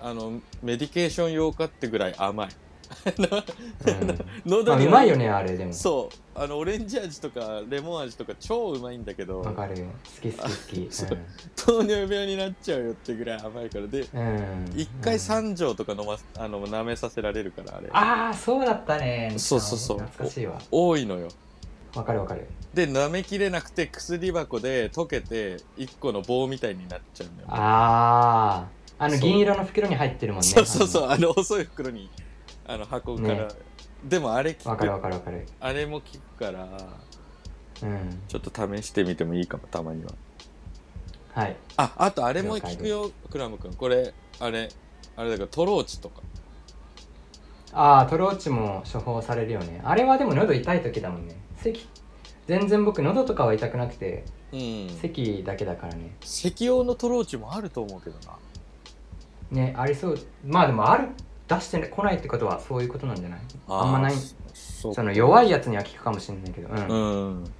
[SPEAKER 1] あの、メディケーション用かってぐらい甘い。
[SPEAKER 3] うんま
[SPEAKER 1] 喉
[SPEAKER 3] あ
[SPEAKER 1] に
[SPEAKER 3] う
[SPEAKER 1] は
[SPEAKER 3] まいよねあれでも
[SPEAKER 1] そう。あの、オレンジ味とかレモン味とか超うまいんだけど、
[SPEAKER 3] わかるよ好き好き好
[SPEAKER 1] そう
[SPEAKER 3] き
[SPEAKER 1] 糖尿病になっちゃうよってぐらい甘いから。で、
[SPEAKER 3] うんうん
[SPEAKER 1] 一回三錠とか飲ま、あの、舐めさせられるから、あれ。
[SPEAKER 3] ああそうだったね
[SPEAKER 1] そうそうそう
[SPEAKER 3] 懐かしいわ
[SPEAKER 1] 多いのよ。
[SPEAKER 3] わかるわかる
[SPEAKER 1] で舐めきれなくて薬箱で溶けて1個の棒みたいになっちゃうのよ、
[SPEAKER 3] あああの
[SPEAKER 1] そう
[SPEAKER 3] 銀色の袋に入ってるもんね
[SPEAKER 1] そうそうそううあの細い袋にあの箱から、
[SPEAKER 3] ね
[SPEAKER 1] でもあれ効
[SPEAKER 3] わかる
[SPEAKER 1] く
[SPEAKER 3] わかるわかる
[SPEAKER 1] あれも効くから
[SPEAKER 3] うん
[SPEAKER 1] ちょっと試してみてもいいかもたまには
[SPEAKER 3] はい
[SPEAKER 1] ああとあれも
[SPEAKER 3] 了
[SPEAKER 1] 効
[SPEAKER 3] 解
[SPEAKER 1] くよクラム君これあれあれだからトローチとか
[SPEAKER 3] ああトローチも処方されるよねあれはでも喉痛い時だもんね咳全然僕喉とかは痛くなくて
[SPEAKER 1] うん
[SPEAKER 3] 咳だけだからね
[SPEAKER 1] 石用のトローチもあると思うけどな
[SPEAKER 3] ねありそうまあでもある出してこないってことはそういうことなんじゃないあんまない
[SPEAKER 1] そ
[SPEAKER 3] そ
[SPEAKER 1] そ
[SPEAKER 3] の弱いやつには効くかもしれないけど うん、
[SPEAKER 1] うん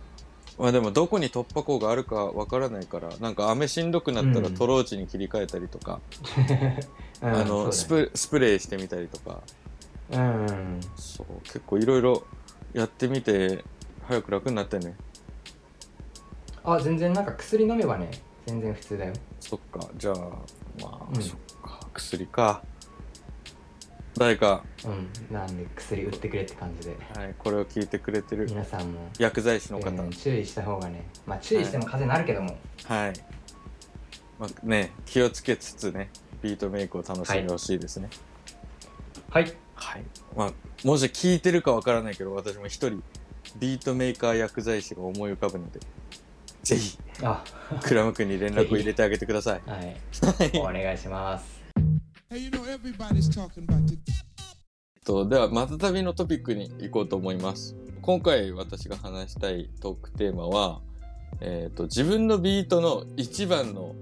[SPEAKER 1] まあでもどこに突破口があるかわからないからなんか飴しんどくなったら
[SPEAKER 3] うん
[SPEAKER 1] トローチに切り替えたりとか、
[SPEAKER 3] うん
[SPEAKER 1] あ
[SPEAKER 3] そうだ
[SPEAKER 1] の
[SPEAKER 3] ね
[SPEAKER 1] スプスプレーしてみたりとか
[SPEAKER 3] うん
[SPEAKER 1] そう結構いろいろやってみて早く楽になってね
[SPEAKER 3] あ全然なんか薬飲めばね全然普通だよ
[SPEAKER 1] そっかじゃあまあ、
[SPEAKER 3] うん
[SPEAKER 1] そっか薬か誰か、
[SPEAKER 3] うんなんで薬売ってくれって感じで
[SPEAKER 1] はい、これを聞いてくれてる
[SPEAKER 3] 皆さんも、
[SPEAKER 1] 薬剤師の
[SPEAKER 3] え
[SPEAKER 1] 方、
[SPEAKER 3] ー注意した方がねまあ注意しても風邪になるけども
[SPEAKER 1] はい、まあ、ね気をつけつつねビートメイクを楽しんでほしいですね
[SPEAKER 3] はい
[SPEAKER 1] はい、まあもし聞いてるかわからないけど私も一人ビートメーカー薬剤師が思い浮かぶのでぜひ
[SPEAKER 3] あ
[SPEAKER 1] クラム君に連絡を入れてあげてください
[SPEAKER 3] はいお願いします
[SPEAKER 4] Hey, you know everybody's talking about the
[SPEAKER 1] とではまたたびのトピックに行こうと思います今回私が話したいトークテーマは、えー、と自分のビートの一番の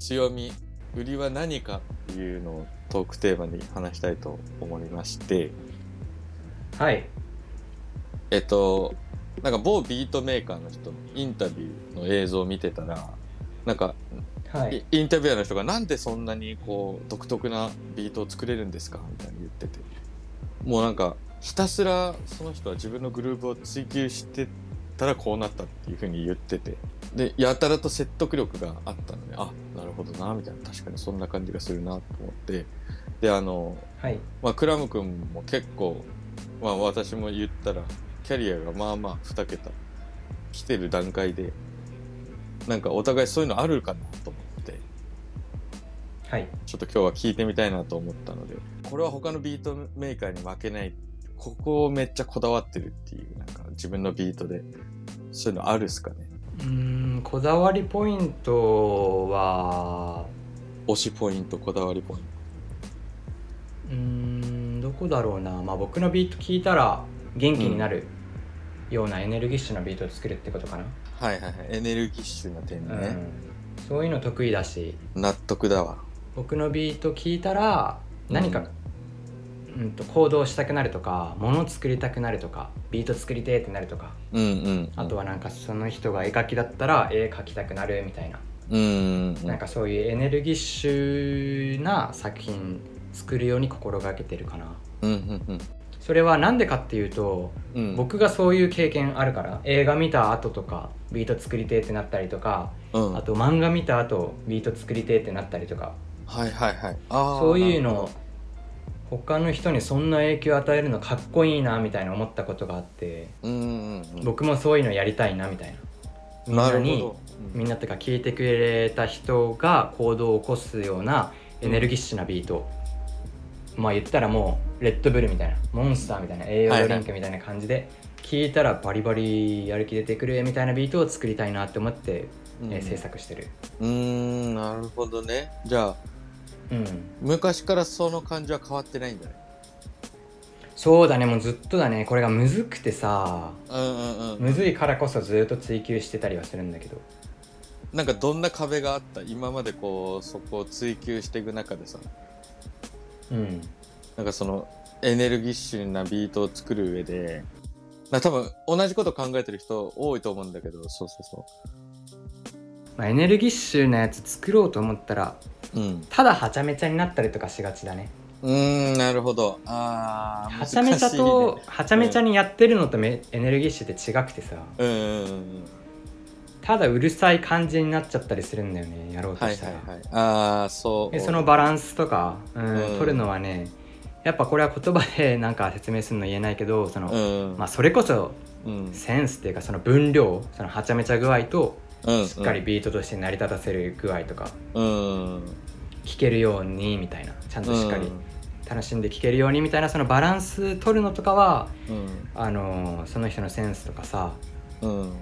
[SPEAKER 1] 強み売りは何かっていうのをトークテーマに話したいと思いまして
[SPEAKER 3] はい
[SPEAKER 1] えっとなんか某ビートメーカーの人のインタビューの映像を見てたらなんか、
[SPEAKER 3] はい
[SPEAKER 1] イインタビュアーの人がなんでそんなにこう独特なビートを作れるんですかみたいに言っててもうなんかひたすらその人は自分のグループを追求してたらこうなったっていうふうに言っててでやたらと説得力があったのであなるほどなみたいな確かにそんな感じがするなと思ってであの
[SPEAKER 3] はい
[SPEAKER 1] まあ、クラム君も結構、まあ、私も言ったらキャリアがまあまあ2桁来てる段階でなんかお互いそういうのあるかなと思って
[SPEAKER 3] はい
[SPEAKER 1] ちょっと今日は聞いてみたいなと思ったのでこれは他のビートメーカーに負けないここをめっちゃこだわってるっていうなんか自分のビートでそういうのあるっすかね
[SPEAKER 3] うーんこだわりポイントは
[SPEAKER 1] 推しポイントこだわりポイン
[SPEAKER 3] うーんどこだろうな、まあ、僕のビート聞いたら元気になるようなエネルギッシュなビートを作るってことかな、
[SPEAKER 1] トはいはいはいエネルギッシュな点
[SPEAKER 3] うん
[SPEAKER 1] ね、
[SPEAKER 3] そういうの得意だし
[SPEAKER 1] 納得だわ
[SPEAKER 3] 僕のビート聞いたら何か、うん、と行動したくなるとか物を作りたくなるとかビート作りてーってなるとか
[SPEAKER 1] うんうん
[SPEAKER 3] あとはなんかその人が絵描きだったら絵描きたくなるみたいな
[SPEAKER 1] うんうんうん
[SPEAKER 3] なんかそういうエネルギッシュな作品作るように心がけてるかな
[SPEAKER 1] うんうん
[SPEAKER 3] それはなんでかっていうと
[SPEAKER 1] うんうん
[SPEAKER 3] 僕がそういう経験あるから映画見た後とかビート作りてえってなったりとか
[SPEAKER 1] うん
[SPEAKER 3] あと漫画見た後ビート作りてえってなったりとか
[SPEAKER 1] はいはいはいあー
[SPEAKER 3] そういう
[SPEAKER 1] なる
[SPEAKER 3] の他の人にそんな影響を与えるのかっこいいなみたいな思ったことがあって
[SPEAKER 1] ほどうんうんうん
[SPEAKER 3] 僕もそういうのやりたいなみたいなみん
[SPEAKER 1] な
[SPEAKER 3] な
[SPEAKER 1] るほ
[SPEAKER 3] に
[SPEAKER 1] ど
[SPEAKER 3] みんなとか聞いてくれた人が行動を起こすようなエネルギッシュなビート、まあ言ったらもうレッドブルみたいなモンスターみたいな栄養ドリンクみたいな感じで聞いたらバリバリやる気出てくるみたいなビートを作りたいなって思って、
[SPEAKER 1] うん
[SPEAKER 3] えー制作してる、
[SPEAKER 1] うーんなるほどねじゃあ
[SPEAKER 3] うん、
[SPEAKER 1] 昔からその感じは変わってないんだね
[SPEAKER 3] そうだねもうずっとだねこれがむずくてさ
[SPEAKER 1] うんうんうん
[SPEAKER 3] むずいからこそずっと追求してたりはするんだけど
[SPEAKER 1] なんかどんな壁があった今までこうそこを追求していく中でさ
[SPEAKER 3] うん
[SPEAKER 1] なんかそのエネルギッシュなビートを作る上でなんか多分同じこと考えてる人多いと思うんだけどそうそうそ
[SPEAKER 3] まあ、エネルギッシュなやつ作ろうと思ったら
[SPEAKER 1] ううん
[SPEAKER 3] ただはちゃめちゃになったりとかしがちだね
[SPEAKER 1] うーんなるほどあー
[SPEAKER 3] はちゃめちゃと、はちゃめちゃにやってるのとめエネルギッシュって違くてさ
[SPEAKER 1] 難しいねうんうんうんうん
[SPEAKER 3] ただうるさい感じになっちゃったりするんだよねやろうと
[SPEAKER 1] はい
[SPEAKER 3] し
[SPEAKER 1] は
[SPEAKER 3] た
[SPEAKER 1] い
[SPEAKER 3] ら、
[SPEAKER 1] はいああそう
[SPEAKER 3] でそのバランスとか、うん
[SPEAKER 1] うん
[SPEAKER 3] 取るのはねやっぱこれは言葉で なんか説明するの言えないけどその、
[SPEAKER 1] うん
[SPEAKER 3] まあ、それこそ
[SPEAKER 1] うん
[SPEAKER 3] センスっていうかその分量そのはちゃめちゃ具合と
[SPEAKER 1] うん
[SPEAKER 3] しっかりビートとして成り立たせる具合とか
[SPEAKER 1] うんうん
[SPEAKER 3] 聴けるようにみたいなちゃんとしっかり楽しんで聴けるようにみたいなそのバランス取るのとかは
[SPEAKER 1] うん
[SPEAKER 3] あのーその人のセンスとかさ
[SPEAKER 1] うん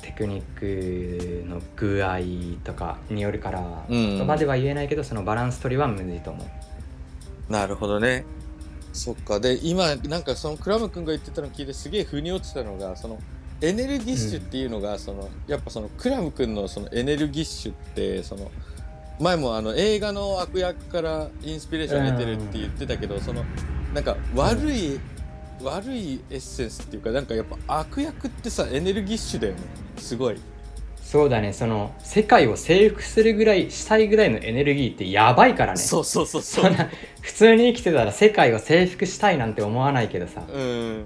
[SPEAKER 3] テクニックの具合とかによるから、
[SPEAKER 1] うん
[SPEAKER 3] 言葉では言えないけどそのバランス取りはむずいと思う
[SPEAKER 1] なるほどねそっかで今なんかそのクラム君が言ってたの聞いてすげえ腑に落ちたのがそのエネルギッシュっていうのが、そのやっぱそのクラム君のそのエネルギッシュってその前もあの映画の悪役からインスピレーション得てるって言ってたけど、そのなんか悪い、悪いエッセンスっていうかなんかやっぱ悪役ってさエネルギッシュだよねすごい
[SPEAKER 3] そうだねその世界を征服するぐらいしたいぐらいのエネルギーってやばいからね
[SPEAKER 1] そうそうそうそ
[SPEAKER 3] そん
[SPEAKER 1] う。
[SPEAKER 3] な普通に生きてたら世界を征服したいなんて思わないけどさ
[SPEAKER 1] うん。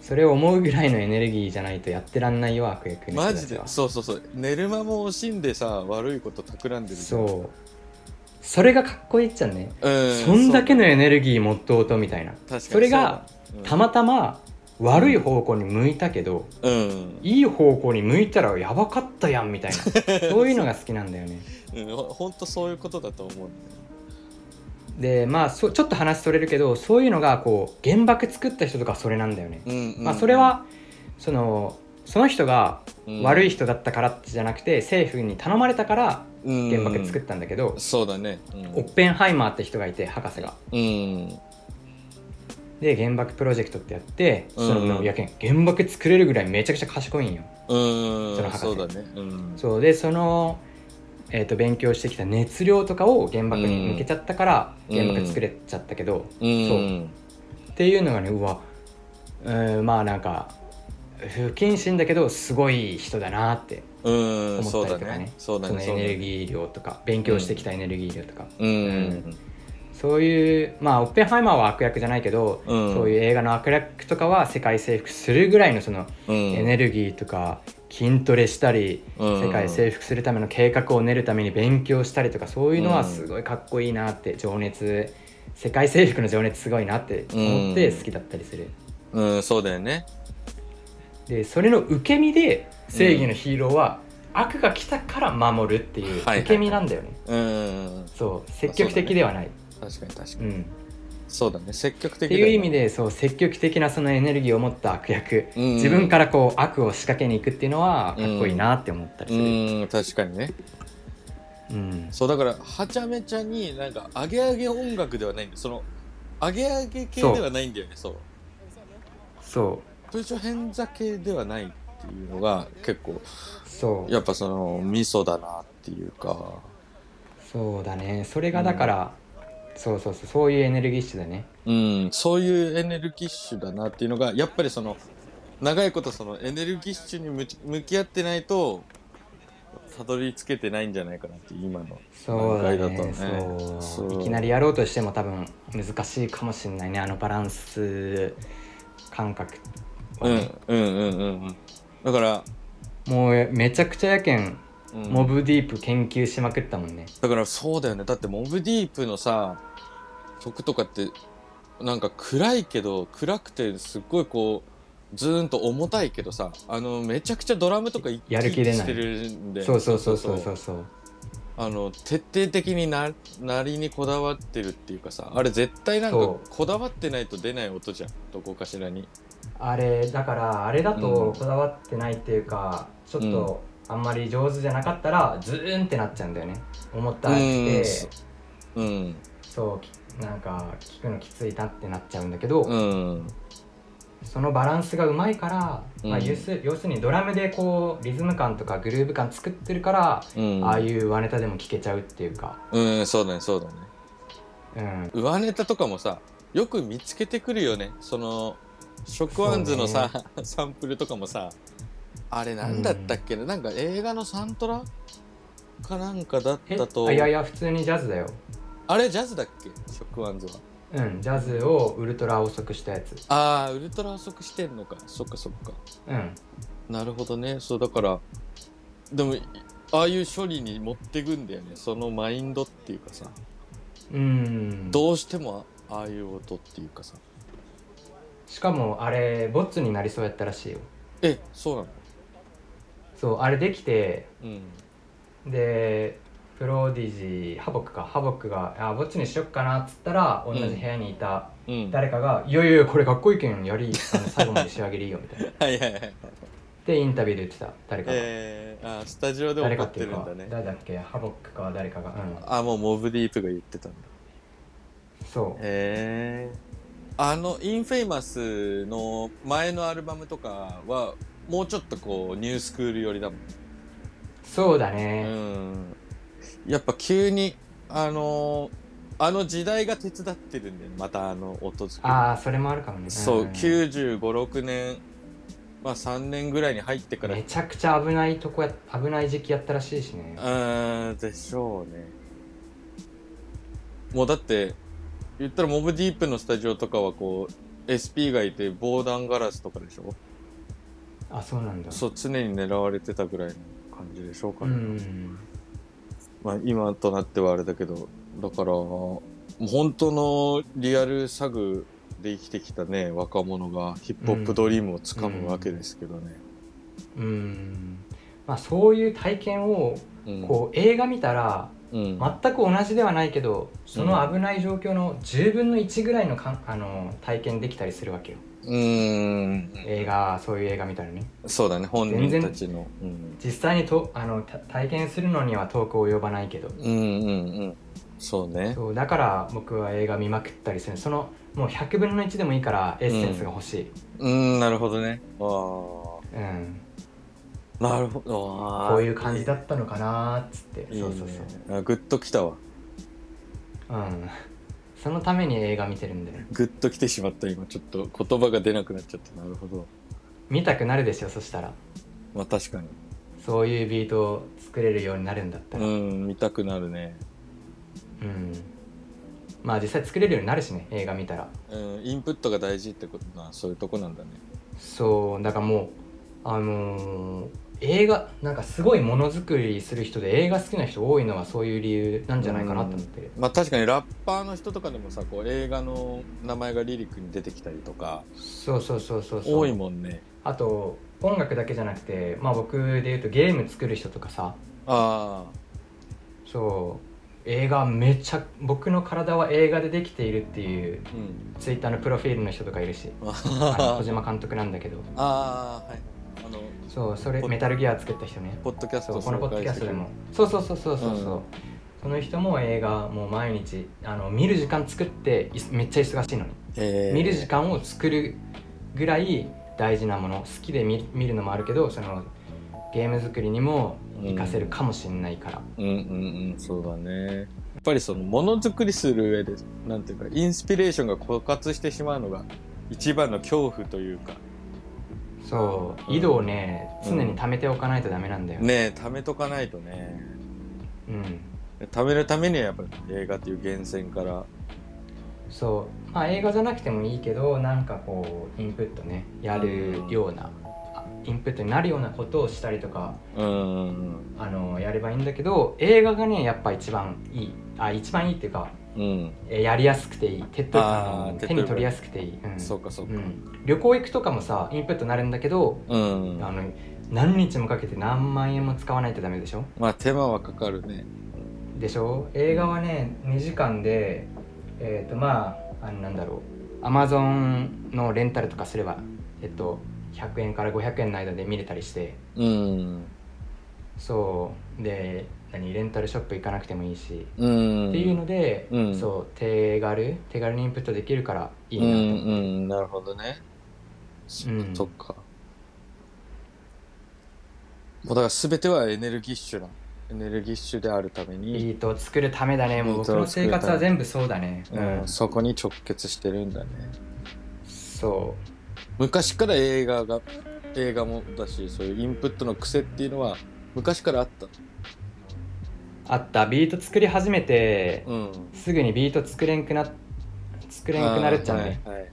[SPEAKER 3] それを思うぐらいのエネルギーじゃないとやってらんないよ悪役の人
[SPEAKER 1] マ
[SPEAKER 3] た
[SPEAKER 1] ジ
[SPEAKER 3] ち
[SPEAKER 1] で
[SPEAKER 3] は。
[SPEAKER 1] そうそうそう。寝る間も惜しんでさ、悪いこと企んでる。
[SPEAKER 3] そうそれがかっこいいっちゃね、
[SPEAKER 1] う。うん。
[SPEAKER 3] そんだけのエネルギー持っとうとみたいな
[SPEAKER 1] そう確かに
[SPEAKER 3] それが
[SPEAKER 1] そうだ
[SPEAKER 3] たまたま悪い方向に向いたけど、
[SPEAKER 1] うん、うん
[SPEAKER 3] いい方向に向いたらやばかったやんみたい なそういうのが好きなんだよね
[SPEAKER 1] うん、ほほんとそういうことだと思うんだよ
[SPEAKER 3] でまあそうちょっと話それるけどそういうのがこう原爆作った人とかそれなんだよね、
[SPEAKER 1] うんうん
[SPEAKER 3] まあ、それはそのその人が悪い人だったからじゃなくて、政府に頼まれたから原
[SPEAKER 1] 原
[SPEAKER 3] 爆作ったんだけど、
[SPEAKER 1] そうだね。
[SPEAKER 3] オッペンハイマーって人がいて博士が
[SPEAKER 1] うん。
[SPEAKER 3] で原爆プロジェクトってやって
[SPEAKER 1] う
[SPEAKER 3] そ
[SPEAKER 1] ん
[SPEAKER 3] の、いやけん原爆作れるぐらいめちゃくちゃ賢いんよ
[SPEAKER 1] うん。
[SPEAKER 3] その博士
[SPEAKER 1] そうだね。うん。
[SPEAKER 3] そうでその、えー、と勉強してきた熱量とかを原爆に向けちゃったから
[SPEAKER 1] うん
[SPEAKER 3] 原爆作れちゃったけど、
[SPEAKER 1] うん。
[SPEAKER 3] そっていうのがねうわうーんまあなんか不謹慎だけどすごい人だなって
[SPEAKER 1] うん。
[SPEAKER 3] 思
[SPEAKER 1] そ
[SPEAKER 3] っ
[SPEAKER 1] う
[SPEAKER 3] た
[SPEAKER 1] だ
[SPEAKER 3] りとか
[SPEAKER 1] ね
[SPEAKER 3] ね。
[SPEAKER 1] そうだ
[SPEAKER 3] その
[SPEAKER 1] ね。
[SPEAKER 3] エネルギー量とか勉強してきたエネルギー量とか、
[SPEAKER 1] ー。うん。
[SPEAKER 3] そういうまあオッペンハイマーは悪役じゃないけど、
[SPEAKER 1] うん
[SPEAKER 3] そういう映画の悪役とかは世界征服するぐらいのそのエ
[SPEAKER 1] エ
[SPEAKER 3] ネルギーとか筋トレしたり、世界征服するための計画を練るために勉強したりとかそういうの
[SPEAKER 1] う
[SPEAKER 3] は
[SPEAKER 1] ん
[SPEAKER 3] すごいかっこいいなって情熱世界征服の情熱すごいなって思って好きだったりする、
[SPEAKER 1] うん、そうだよね。
[SPEAKER 3] でそれの受け身で正義のヒーローは悪が来たから守るっていう
[SPEAKER 1] はいはい
[SPEAKER 3] 受け身なんだよね、
[SPEAKER 1] うん。
[SPEAKER 3] そう積極的ではない
[SPEAKER 1] 確かに確か
[SPEAKER 3] う,、
[SPEAKER 1] に。
[SPEAKER 3] んっ
[SPEAKER 1] そうだね。積極的
[SPEAKER 3] て
[SPEAKER 1] だ
[SPEAKER 3] い
[SPEAKER 1] よ
[SPEAKER 3] う
[SPEAKER 1] ね
[SPEAKER 3] 意味でそう積極的なそのエネルギーを持った悪役、
[SPEAKER 1] うん
[SPEAKER 3] 自分からこう悪を仕掛けに行くっていうのはかっこいいなって思ったりする、
[SPEAKER 1] うん、確かにね。
[SPEAKER 3] うん
[SPEAKER 1] そうだからはちゃめちゃになんかアゲアゲ音楽ではないんだよそのアゲアゲ系ではないんだよねそう
[SPEAKER 3] そ
[SPEAKER 1] 文書偏座系ではないっていうのが結構
[SPEAKER 3] うそう
[SPEAKER 1] やっぱその味噌だなっていうか
[SPEAKER 3] そうだねそれがだから、そうそうそうそういうエネルギッシュだね
[SPEAKER 1] うんそういうエネルギッシュだなっていうのがやっぱりその長いことそのエネルギッシュに向き向き合ってないとたどり着けてないんじゃないかなって今の
[SPEAKER 3] そうだね
[SPEAKER 1] 段階だと
[SPEAKER 3] そう
[SPEAKER 1] そう
[SPEAKER 3] いきなりやろうとしても多分難しいかもしれないねあのバランス感覚は
[SPEAKER 1] うん
[SPEAKER 3] ね、
[SPEAKER 1] うんうんうんうんだから、
[SPEAKER 3] もうめちゃくちゃやけん
[SPEAKER 1] うん
[SPEAKER 3] モブディープ研究しまくったもんね、
[SPEAKER 1] だからそうだよねだってモブディープのさ曲とかってなんか暗いけど暗くてすっごいこうずーんと重たいけどさあのめちゃくちゃドラムとか
[SPEAKER 3] やる気出ない
[SPEAKER 1] してるんで
[SPEAKER 3] そうそうそうそうそうそう
[SPEAKER 1] あの徹底的にななりにこだわってるっていうかさあれ絶対なんか
[SPEAKER 3] そう
[SPEAKER 1] こだわってないと出ない音じゃんどこかしらに
[SPEAKER 3] あれだからあれだ
[SPEAKER 1] うん
[SPEAKER 3] とこだわってないっていうか、ちょっ
[SPEAKER 1] うん
[SPEAKER 3] とあんまり上手じゃなかったらズーンってなっちゃうんだよね重たく
[SPEAKER 1] う
[SPEAKER 3] て
[SPEAKER 1] んうん
[SPEAKER 3] そうきなんか聞くのきついなってなっちゃうんだけど、
[SPEAKER 1] うん
[SPEAKER 3] そのバランスがうまいから、まあ、
[SPEAKER 1] うん
[SPEAKER 3] 要す要するにドラムでこうリズム感とかグルーヴ感作ってるから、
[SPEAKER 1] うん
[SPEAKER 3] ああいう和ネタでも聴けちゃうっていうか、
[SPEAKER 1] うんそうだねそうだね
[SPEAKER 3] うん、
[SPEAKER 1] 上ネタとかもさよく見つけてくるよねその食安図のさ、 サンプルとかもさあれなんだったっけな、なんか映画のサントラかなんかだっ
[SPEAKER 3] え
[SPEAKER 1] たと
[SPEAKER 3] あいやいや普通にジャズだよ
[SPEAKER 1] あれジャズだっけ食安図は
[SPEAKER 3] うんジャズをウルトラ遅くしたやつ
[SPEAKER 1] ああウルトラ遅くしてんのかそっかそっか
[SPEAKER 3] うん
[SPEAKER 1] なるほどねそうだからでもああいう処理に持ってくんだよねそのマインドっていうかさ
[SPEAKER 3] うん
[SPEAKER 1] どうしてもあああいう音っていうかさ
[SPEAKER 3] しかもあれボッツになりそうやったらしいよ
[SPEAKER 1] えそうなの
[SPEAKER 3] そうあれできて
[SPEAKER 1] うん
[SPEAKER 3] でプロディジーハボックかハボックがあボッツにしよっかなっつったら同じ部屋にいた
[SPEAKER 1] うん
[SPEAKER 3] 誰かが「いやいやいやこれかっこいいけんやりあの最後まで仕上げりよ」みたいな
[SPEAKER 1] はいはいはい
[SPEAKER 3] でインタビューで言ってた誰かが、
[SPEAKER 1] えー、あスタジオで
[SPEAKER 3] 誰
[SPEAKER 1] 怒
[SPEAKER 3] か
[SPEAKER 1] っ
[SPEAKER 3] って
[SPEAKER 1] て
[SPEAKER 3] い
[SPEAKER 1] る
[SPEAKER 3] うんか
[SPEAKER 1] だね
[SPEAKER 3] 誰だっけハボックか誰かが、うん、
[SPEAKER 1] あもうモブディープが言ってたんだ
[SPEAKER 3] そう
[SPEAKER 1] へえあのインフェイマスの前のアルバムとかはもうちょっとこうニュースクール寄りだもん
[SPEAKER 3] そうだ
[SPEAKER 1] う
[SPEAKER 3] ね、
[SPEAKER 1] んやっぱ急にあのあの時代が手伝ってるんだよねまたあの音作り
[SPEAKER 3] ああそれもあるかもね
[SPEAKER 1] そう
[SPEAKER 3] うん
[SPEAKER 1] 9 5 6年まあ3年ぐらいに入ってから
[SPEAKER 3] めちゃくちゃ危ないとこや危ない時期やったらしいしね
[SPEAKER 1] あーでしょうねもうだって言ったらモブディープのスタジオとかはこう SP がいて防弾ガラスとかでしょ
[SPEAKER 3] あそうなんだ
[SPEAKER 1] そう常に狙われてたぐらいの感じでしょうか
[SPEAKER 3] う
[SPEAKER 1] ね、
[SPEAKER 3] ん
[SPEAKER 1] まあ今となってはあれだけどだからもう本当のリアルサグで生きてきたね若者がヒップホップドリームをつかむわけですけどね、
[SPEAKER 3] うんまあそういう体験を
[SPEAKER 1] うん
[SPEAKER 3] こう映画見たら
[SPEAKER 1] うん
[SPEAKER 3] 全く同じではないけどその危ない状況の10分の1ぐらいのかんあの体験できたりするわけよ
[SPEAKER 1] うーん
[SPEAKER 3] 映画そういう映画見たらね
[SPEAKER 1] そうだね本人
[SPEAKER 3] 全然
[SPEAKER 1] たちの、うん、
[SPEAKER 3] 実際にとあのた体験するのには遠く及ばないけど
[SPEAKER 1] うんうんうんそうね
[SPEAKER 3] そうだから僕は映画見まくったりするそのもう100分の1でもいいからエッセンスが欲しい、
[SPEAKER 1] うんなるほどねあ
[SPEAKER 3] うん
[SPEAKER 1] あなるほど
[SPEAKER 3] こういう感じだったのかなーっつって
[SPEAKER 1] いい
[SPEAKER 3] そう
[SPEAKER 1] ね
[SPEAKER 3] そうそう、
[SPEAKER 1] あグッときたわ
[SPEAKER 3] うん、そのために映画見てるんだよ
[SPEAKER 1] グッときてしまった今ちょっと言葉が出なくなっちゃったなるほど
[SPEAKER 3] 見たくなるでしょそしたら
[SPEAKER 1] まあ確かに
[SPEAKER 3] そういうビートを作れるようになるんだった
[SPEAKER 1] う
[SPEAKER 3] ら
[SPEAKER 1] ん見たくなるね、
[SPEAKER 3] うんまあ実際作れるようになるしね映画見たら
[SPEAKER 1] うん、インプットが大事ってことはそういうとこなんだね
[SPEAKER 3] そうだからもうあのー映画なんかすごいものづくりする人で映画好きな人多いのはそういう理由なんじゃないかなと思ってる
[SPEAKER 1] まあ確かにラッパーの人とかでもさこう映画の名前がリリックに出てきたりとか
[SPEAKER 3] そうそうそうそうそう
[SPEAKER 1] 多いもんね
[SPEAKER 3] あと音楽だけじゃなくてまあ僕で言うとゲーム作る人とかさ
[SPEAKER 1] ああ
[SPEAKER 3] そう映画めちゃ僕の体は映画でできているっていう
[SPEAKER 1] うん
[SPEAKER 3] ツイッターのプロフィールの人とかいるし
[SPEAKER 1] あ
[SPEAKER 3] あの
[SPEAKER 1] ー
[SPEAKER 3] 小島監督なんだけど
[SPEAKER 1] あーはいあの
[SPEAKER 3] そうそれ
[SPEAKER 1] ポッ
[SPEAKER 3] メタルギア作った人ね
[SPEAKER 1] ポッドキャス
[SPEAKER 3] そ
[SPEAKER 1] ト
[SPEAKER 3] うこのポッドキャストで
[SPEAKER 1] る
[SPEAKER 3] もそうそうそうそうそうそう、
[SPEAKER 1] うん
[SPEAKER 3] その人も映画もう毎日あの見る時間作っていめっちゃ忙しいのに、
[SPEAKER 1] えー
[SPEAKER 3] 見る時間を作るぐらい大事なもの好きで見見るのもあるけどそのゲーム作りにも活かせるかもしれないから、
[SPEAKER 1] うんうんうんそうだねやっぱりそのものづくりする上でなんていうかインスピレーションが枯渇してしまうのが一番の恐怖というか
[SPEAKER 3] そう
[SPEAKER 1] うん
[SPEAKER 3] 井戸をね常に貯めておかないとダメなんだよ、
[SPEAKER 1] ねえ貯めとかないとね
[SPEAKER 3] うん、
[SPEAKER 1] 貯めるためにはやっぱり映画という源泉から
[SPEAKER 3] そうまあ映画じゃなくてもいいけどなんかこうインプットねやるような、あインプットになるようなことをしたりとか
[SPEAKER 1] うんうん
[SPEAKER 3] あのやればいいんだけど映画がねやっぱ一番いいあ一番いいっていうか
[SPEAKER 1] うん、
[SPEAKER 3] えやりやすくていい手っ取り
[SPEAKER 1] あー
[SPEAKER 3] あの
[SPEAKER 1] 手っ
[SPEAKER 3] 手
[SPEAKER 1] 取り
[SPEAKER 3] に取りやすくていい、うん
[SPEAKER 1] そうかそう
[SPEAKER 3] う
[SPEAKER 1] か
[SPEAKER 3] ん、旅行行くとかもさインプットになるんだけど、
[SPEAKER 1] うん、
[SPEAKER 3] あの何日もかけて何万円も使わないとダメでしょ
[SPEAKER 1] まあ手間はかかるね
[SPEAKER 3] でしょ映画はね2時間でえっ、とまああのなんだろうアマゾンのレンタルとかすればえっと100円から500円の間で見れたりして
[SPEAKER 1] うん
[SPEAKER 3] そうで何レンタルショップ行かなくてもいいし
[SPEAKER 1] うん
[SPEAKER 3] っていうので、
[SPEAKER 1] うん
[SPEAKER 3] そう手軽手軽にインプットできるからいい
[SPEAKER 1] うん
[SPEAKER 3] な
[SPEAKER 1] うんな
[SPEAKER 3] と、
[SPEAKER 1] るほどねそ,、
[SPEAKER 3] うん
[SPEAKER 1] そっかもうだから全てはエネルギッシュなエネルギッシュであるために、
[SPEAKER 3] ビートを作るためだねも
[SPEAKER 1] ビ
[SPEAKER 3] う
[SPEAKER 1] ー
[SPEAKER 3] 僕
[SPEAKER 1] トを
[SPEAKER 3] の
[SPEAKER 1] 作るた
[SPEAKER 3] 生
[SPEAKER 1] め
[SPEAKER 3] 活は全部そうだね
[SPEAKER 1] うんそこに直結してるんだね
[SPEAKER 3] そ
[SPEAKER 1] 昔から映画が映画もだしそういうインプットの癖っていうのは昔からあった
[SPEAKER 3] うあったビート作り始めて、
[SPEAKER 1] うん
[SPEAKER 3] すぐにビート作れんくな作れんくなるっちゃうね、
[SPEAKER 1] あーはいはい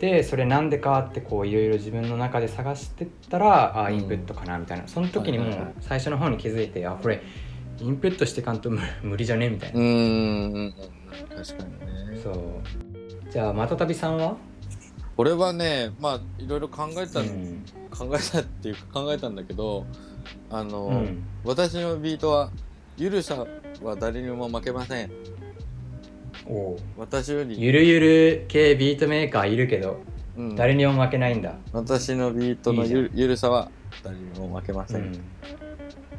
[SPEAKER 3] でそれなんでかってこういろいろ自分の中で探してったらあーインプットかなみたいなその時にも
[SPEAKER 1] はいはいはいう
[SPEAKER 3] 最初の方に気づいてあこれインプットしてかんと無 無理じゃねみたい
[SPEAKER 1] うんうん
[SPEAKER 3] な、
[SPEAKER 1] うんうん確かにね
[SPEAKER 3] そうじゃあまたたびさんは、
[SPEAKER 1] 俺はねまあいろいろ考えた、
[SPEAKER 3] うん
[SPEAKER 1] 考えたっていうか考えたんだけどあの、
[SPEAKER 3] うん、
[SPEAKER 1] 私のビートは「ゆるさは誰にも負けません
[SPEAKER 3] おう」
[SPEAKER 1] 私より、
[SPEAKER 3] ゆるゆる系ビートメーカーいるけど
[SPEAKER 1] うん
[SPEAKER 3] 誰にも負けないんだ、
[SPEAKER 1] 私のビートのゆるゆるさは誰にも負けま
[SPEAKER 3] う
[SPEAKER 1] せん、
[SPEAKER 3] ん、
[SPEAKER 1] こ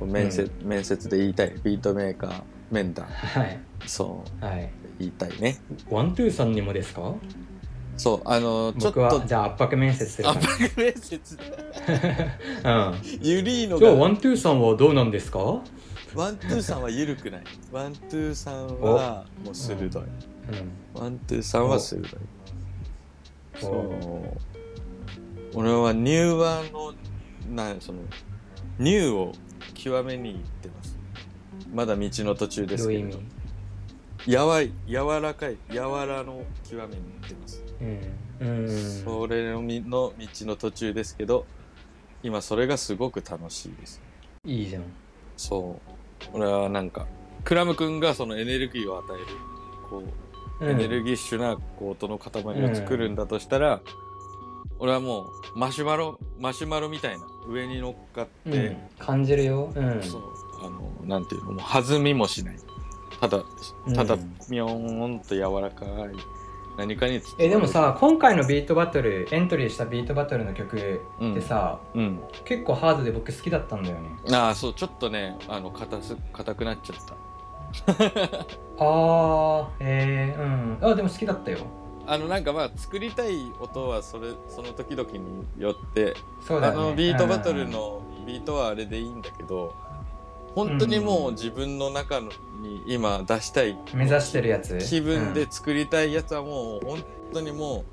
[SPEAKER 1] う面接面接で言いたいビートメーカー面談
[SPEAKER 3] はい
[SPEAKER 1] そ
[SPEAKER 3] はいう
[SPEAKER 1] 言いたいね
[SPEAKER 3] ワントゥーさんにもですか
[SPEAKER 1] そうあのちょっ
[SPEAKER 3] 僕
[SPEAKER 1] と
[SPEAKER 3] はじゃあ圧迫面接する
[SPEAKER 1] あ
[SPEAKER 3] か
[SPEAKER 1] バック面接
[SPEAKER 3] ら、うん、
[SPEAKER 1] ゆりーの
[SPEAKER 3] じゃあ
[SPEAKER 1] が
[SPEAKER 3] ワントゥーさんはどうなんですか
[SPEAKER 1] ワントゥーさんはゆるくないワントゥーさんはもう鋭い
[SPEAKER 3] うん
[SPEAKER 1] ワントゥーさんは鋭い
[SPEAKER 3] お
[SPEAKER 1] そう俺はニューワーのなんそのニューを極めに行ってますまだ道の途中で
[SPEAKER 3] ど
[SPEAKER 1] す
[SPEAKER 3] うい
[SPEAKER 1] け
[SPEAKER 3] う
[SPEAKER 1] れ
[SPEAKER 3] 意
[SPEAKER 1] ど
[SPEAKER 3] 味
[SPEAKER 1] やわい柔らかい柔らの極めに行ってます、
[SPEAKER 3] うん、う
[SPEAKER 1] そ
[SPEAKER 3] ん、
[SPEAKER 1] れのみの道の途中ですけど今それがすごく楽しいです
[SPEAKER 3] いいじゃん
[SPEAKER 1] そう俺はなんかクラム君がそのエネルギーを与えるこうエネルギッシュなこう音の塊を作るんだとしたら、俺はもうマシュマロマシュマロみたいな上に乗っかっ
[SPEAKER 3] う
[SPEAKER 1] て
[SPEAKER 3] ん、、感じるようん
[SPEAKER 1] そうあのなんていうのもう弾みもしないただただ
[SPEAKER 3] うん
[SPEAKER 1] ミョーンと柔らかい何かに包まれ
[SPEAKER 3] え
[SPEAKER 1] る
[SPEAKER 3] でも、さ今回のビートバトルエントリーしたビートバトルの曲ってさ、
[SPEAKER 1] うん、
[SPEAKER 3] 結構ハードで僕好きだったんだよね
[SPEAKER 1] ああそうちょっとねあの硬す硬くなっちゃった
[SPEAKER 3] ああえー、うんあでも好きだったよ
[SPEAKER 1] あのなんかまあ作りたい音はそれその時々によって
[SPEAKER 3] そうだ
[SPEAKER 1] あ
[SPEAKER 3] よね
[SPEAKER 1] のビートバトル
[SPEAKER 3] うん
[SPEAKER 1] のビートはあれでいいんだけど本当にもう自分の中のに今出したい
[SPEAKER 3] 目指してるやつ
[SPEAKER 1] 気分で作りたいやつはもう本当にも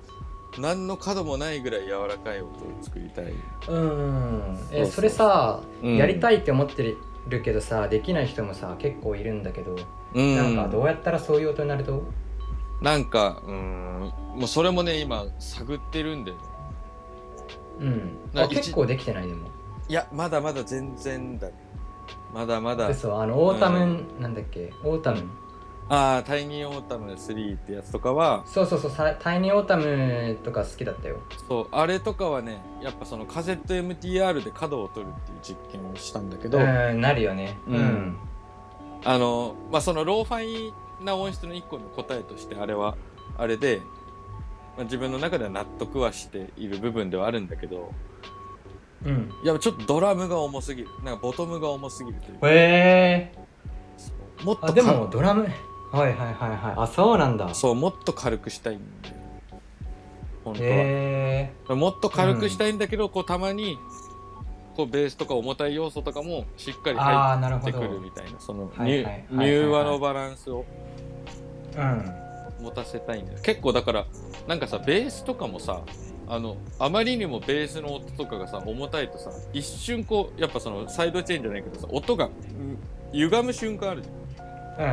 [SPEAKER 1] う何の角もないぐらい柔らかい音を作りたい、
[SPEAKER 3] うん、うん
[SPEAKER 1] そう
[SPEAKER 3] え
[SPEAKER 1] そう
[SPEAKER 3] それさ、
[SPEAKER 1] うん
[SPEAKER 3] やりたいって思ってるけどさできない人もさ結構いるんだけど、
[SPEAKER 1] うん、
[SPEAKER 3] なんかどうやったらそういう音になると
[SPEAKER 1] なんかうーんもうそれもね今探ってるんだよね
[SPEAKER 3] うん
[SPEAKER 1] な
[SPEAKER 3] あ
[SPEAKER 1] 一
[SPEAKER 3] 結構できてないでも
[SPEAKER 1] いやまだまだ全然だねまだまだ
[SPEAKER 3] 嘘あのオータム、なんだっけオータム
[SPEAKER 1] ああタイニーオータム3ってやつとかは
[SPEAKER 3] そうそうそうさタイニーオータムとか好きだったよ
[SPEAKER 1] そうあれとかはねやっぱそのカセット MTR で角を取るっていう実験をしたんだけど、
[SPEAKER 3] うんなるよね
[SPEAKER 1] うんあのまあそのローファイな音質の一個の答えとしてあれはあれで、まあ、自分の中では納得はしている部分ではあるんだけど
[SPEAKER 3] うん
[SPEAKER 1] やっぱちょっとドラムが重すぎるなんかボトムが重すぎるというか
[SPEAKER 3] へえ
[SPEAKER 1] もっと
[SPEAKER 3] あ
[SPEAKER 1] か
[SPEAKER 3] でもドラムはいはいはいはいあそうなんだ
[SPEAKER 1] そうもっと軽くしたいんだよ本当は、
[SPEAKER 3] へ
[SPEAKER 1] もっと軽くしたいんだけど、こうたまにこうベースとか重たい要素とかもしっかり入
[SPEAKER 3] え
[SPEAKER 1] って
[SPEAKER 3] ああなる
[SPEAKER 1] って
[SPEAKER 3] ほど
[SPEAKER 1] く
[SPEAKER 3] う
[SPEAKER 1] る
[SPEAKER 3] ん
[SPEAKER 1] みたいなその
[SPEAKER 3] はい
[SPEAKER 1] 入
[SPEAKER 3] はいはいはい
[SPEAKER 1] 入話のバランスを
[SPEAKER 3] あ
[SPEAKER 1] 持たせたいんだよ結構だからなんかさベースとかもさあのあまりにもベースの音とかがさ重たいとさ一瞬こうやっぱそのサイドチェーンじゃないけどさ音がうん歪む瞬間あるじゃ
[SPEAKER 3] うん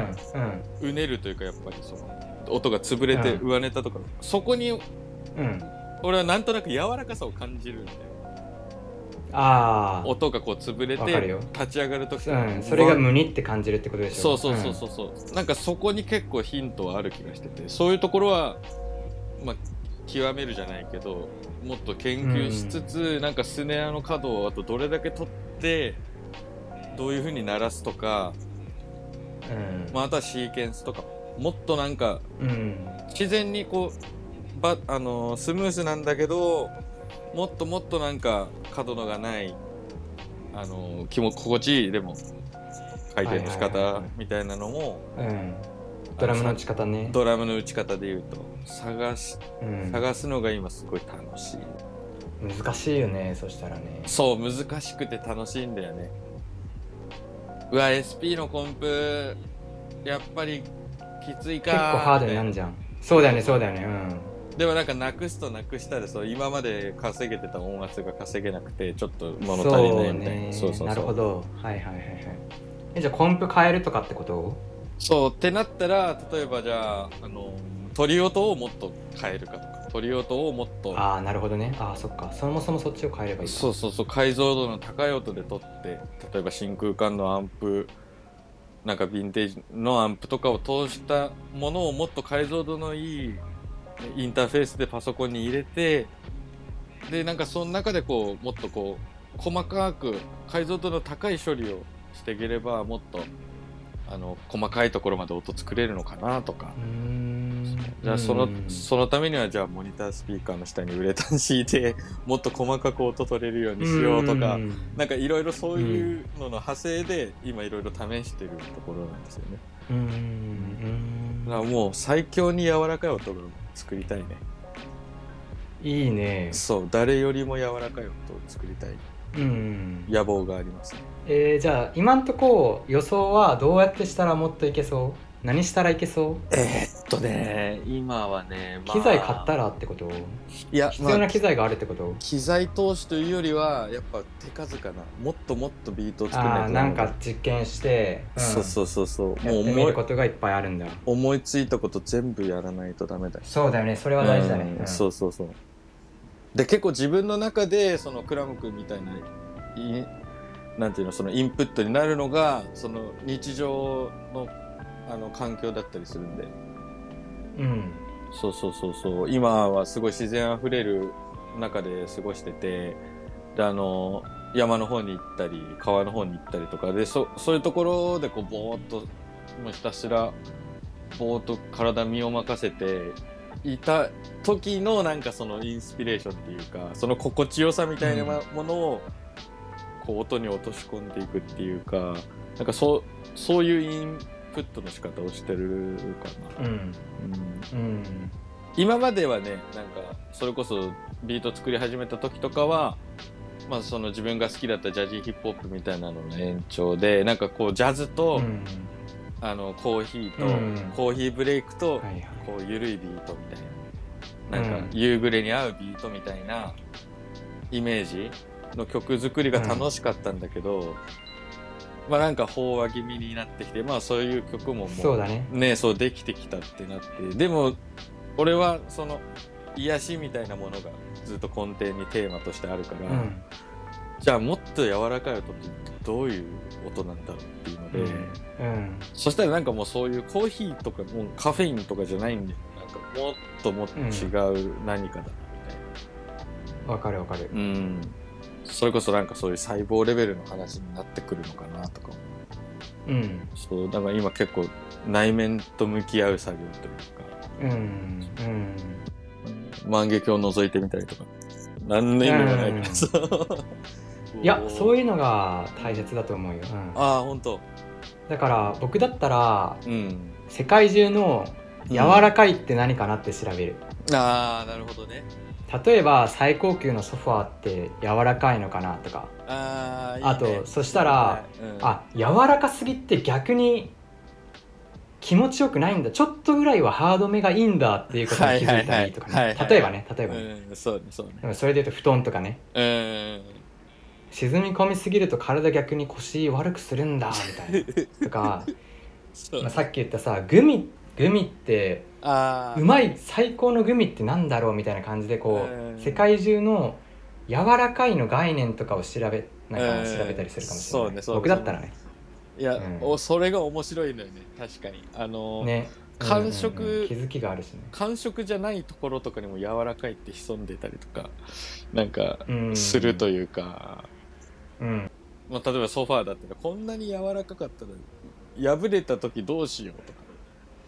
[SPEAKER 3] う
[SPEAKER 1] ん
[SPEAKER 3] ん
[SPEAKER 1] うねるというかやっぱりその音が潰れて
[SPEAKER 3] う
[SPEAKER 1] 上ネタとか、そこに
[SPEAKER 3] うん
[SPEAKER 1] 俺はなんとなく柔らかさを感じるんだよ
[SPEAKER 3] ああ
[SPEAKER 1] 音がこう潰れ
[SPEAKER 3] わかる
[SPEAKER 1] て
[SPEAKER 3] よ
[SPEAKER 1] 立ち上がる時とか
[SPEAKER 3] うんそれが無にって感じるってことでしょ
[SPEAKER 1] そうそうそうそうそうなんかそこに結構ヒントはある気がしててそういうところはまあ極めるじゃないけどもっと研究しつつ、なんかスネアの角をあとどれだけ取ってどういう風に鳴らすとか、
[SPEAKER 3] うん
[SPEAKER 1] まあ、あとはシーケンスとかもっとなんか
[SPEAKER 3] うん
[SPEAKER 1] 自然にこうば、あのースムースなんだけどもっともっとなんか角のがない、あのー気も心地いいでも回転の仕
[SPEAKER 3] はいはいは
[SPEAKER 1] 方
[SPEAKER 3] いはい
[SPEAKER 1] みたいなのも。
[SPEAKER 3] うんドラムの打ち方ね
[SPEAKER 1] ドラムの打ち方で言うと探し
[SPEAKER 3] うん
[SPEAKER 1] 探すのが今すごい楽しい
[SPEAKER 3] 難しいよねそしたらね
[SPEAKER 1] そう難しくて楽しいんだよねうわ SP のコンプやっぱりきついか
[SPEAKER 3] 結構ハードにな
[SPEAKER 1] み
[SPEAKER 3] んじゃんそうだよねそうだよねうん
[SPEAKER 1] たいなでもなんかなくすとなくしたらそう今まで稼げてた音圧が稼げなくてちょっと物足りないみたいな
[SPEAKER 3] そうねなるほ
[SPEAKER 1] ど
[SPEAKER 3] どはいはいはいはいえじゃあコンプ変えるとかってこと
[SPEAKER 1] そうってなったら例えばじゃああの鳥音をもっと変えるかとか鳥音をもっと
[SPEAKER 3] ああなるほどねああそっかそもそもそっちを変えればいい
[SPEAKER 1] そううそうそう解像度の高い音で撮って例えば真空管のアンプなんかヴィンテージのアンプとかを通したものをもっと解像度のいいインターフェースでパソコンに入れてでなんかその中でこうもっとこう細かく解像度の高い処理をしていければもっとあの細かいところまで音作れるのかなとか
[SPEAKER 3] うーん
[SPEAKER 1] じゃあその
[SPEAKER 3] うん
[SPEAKER 1] そのためにはじゃあモニタースピーカーの下にウレタン敷いて もっと細かく音取れるようにしようとか
[SPEAKER 3] ん
[SPEAKER 1] なんかいろいろそういうのの派生で今いろいろ試してるところなんですよね
[SPEAKER 3] うんうん
[SPEAKER 1] だからもう最強に柔らかい音を作りたいね
[SPEAKER 3] いいね
[SPEAKER 1] そう誰よりも柔らかい音を作りたい
[SPEAKER 3] うん
[SPEAKER 1] 野望がありますね
[SPEAKER 3] えーじゃあ今んとこ予想はどうやってしたらもっといけそう何したらいけそう、
[SPEAKER 1] えーっとね今はね、まあ
[SPEAKER 3] 機材買ったらってこと
[SPEAKER 1] いや、
[SPEAKER 3] 必
[SPEAKER 1] ま
[SPEAKER 3] 要
[SPEAKER 1] あ
[SPEAKER 3] な、機材があるってこと、
[SPEAKER 1] 機材投資というよりはやっぱ手数かなもっともっとビートを作ん
[SPEAKER 3] あ
[SPEAKER 1] ない
[SPEAKER 3] あ
[SPEAKER 1] と
[SPEAKER 3] な
[SPEAKER 1] ダ
[SPEAKER 3] ん
[SPEAKER 1] メだ
[SPEAKER 3] か実験して、うん
[SPEAKER 1] そうそうそうそう
[SPEAKER 3] や
[SPEAKER 1] もう
[SPEAKER 3] ってみ
[SPEAKER 1] 思
[SPEAKER 3] る
[SPEAKER 1] い
[SPEAKER 3] ことがいっぱいあるんだ
[SPEAKER 1] 思いついたこと全部やらないとダメだよ
[SPEAKER 3] そうだよねそれは大事だね、
[SPEAKER 1] うん
[SPEAKER 3] うん
[SPEAKER 1] そうそうそうで結構自分の中でそのクラム君みたいないなんていうのそのインプットになるのがその日常のあの環境だったりするんで
[SPEAKER 3] うん
[SPEAKER 1] そうそうそうそう今はすごい自然あふれる中で過ごしててであの山の方に行ったり川の方に行ったりとかでそそういうところでこうぼーっともうひたすらぼーっと体身を任せていた時のなんかそのインスピレーションっていうかその心地よさみたいなものをこう音に落とし込んでいくっていうかなんかそうそういうインプットの仕方をしてるか
[SPEAKER 3] う
[SPEAKER 1] な。
[SPEAKER 3] ん
[SPEAKER 1] うん
[SPEAKER 3] うん
[SPEAKER 1] 今まではねなんかそれこそビート作り始めた時とかは、まあ、その自分が好きだったジャジーヒップホップみたいなのの延長でなんかこうジャズと、
[SPEAKER 3] うん
[SPEAKER 1] あのコーヒーと、
[SPEAKER 3] うん
[SPEAKER 1] コーヒーブレイクと、
[SPEAKER 3] はいはい
[SPEAKER 1] こう緩いビートみたいななんか
[SPEAKER 3] うん
[SPEAKER 1] 夕暮れに合うビートみたいなイメージの曲作りが楽しかったんだけど、まあなんか飽和気味になってきてまあそういう曲ももう
[SPEAKER 3] そうだね
[SPEAKER 1] ねそうできてきたってなってでも俺はその癒しみたいなものがずっと根底にテーマとしてあるから、
[SPEAKER 3] うん
[SPEAKER 1] じゃあもっと柔らかい音ってどういう音なんだろうっていうので、
[SPEAKER 3] うん
[SPEAKER 1] そしたらなんかもうそういうコーヒーとかもうカフェインとかじゃないんだよなんかもっともっと違う何かだな
[SPEAKER 3] わかるわかる
[SPEAKER 1] みたいな、うんそれこそなんかそういう細胞レベルの話になってくるのかなとか
[SPEAKER 3] うん
[SPEAKER 1] そうだから今結構内面と向き合う作業というか。
[SPEAKER 3] うんうん
[SPEAKER 1] 万華鏡を覗いてみたりとか何の意味もない から
[SPEAKER 3] うん
[SPEAKER 1] そう
[SPEAKER 3] いやそう
[SPEAKER 1] いう
[SPEAKER 3] いうのが大切だと思うよ、うん
[SPEAKER 1] ああ本当
[SPEAKER 3] だから僕だったら
[SPEAKER 1] うん
[SPEAKER 3] 世界中の柔らかいって何かなって調べる、
[SPEAKER 1] ああなるほどね
[SPEAKER 3] 例えば最高級のソファーって柔らかいのかなとか
[SPEAKER 1] ああいいね
[SPEAKER 3] あとそしたら、
[SPEAKER 1] うん、
[SPEAKER 3] あ柔らかすぎって逆に気持ちよくないんだちょっとぐらいはハードめがいいんだっていうことに気づいたりとか
[SPEAKER 1] はいはいはいはいは
[SPEAKER 3] ね
[SPEAKER 1] い
[SPEAKER 3] 例えばね例えばね、
[SPEAKER 1] うんそうねそうね
[SPEAKER 3] でもそれで言うと布団とかね
[SPEAKER 1] う
[SPEAKER 3] 沈み込みすぎると体逆に腰悪くするんだみたいな とか、
[SPEAKER 1] んそう
[SPEAKER 3] まあ、さっき言ったさグミグミって
[SPEAKER 1] あー
[SPEAKER 3] うまい最高のグミってなんだろうみたいな感じでこ
[SPEAKER 1] うん
[SPEAKER 3] う世界中の柔らかいの概念とかを調べなん
[SPEAKER 1] うん
[SPEAKER 3] か調べたりするかもしれない、
[SPEAKER 1] そうねそうね
[SPEAKER 3] 僕だったらね
[SPEAKER 1] いや、
[SPEAKER 3] うん
[SPEAKER 1] おそれが面白いのよね確かにあの
[SPEAKER 3] ね
[SPEAKER 1] 感触
[SPEAKER 3] うんうんうん気づきがあるしね
[SPEAKER 1] 感触じゃないところとかにも柔らかいって潜んでたりとかなんか
[SPEAKER 3] うん
[SPEAKER 1] するというか、
[SPEAKER 3] うん
[SPEAKER 1] まあ、例えばソファーだったらこんなに柔らかかったら破れた時どうしようと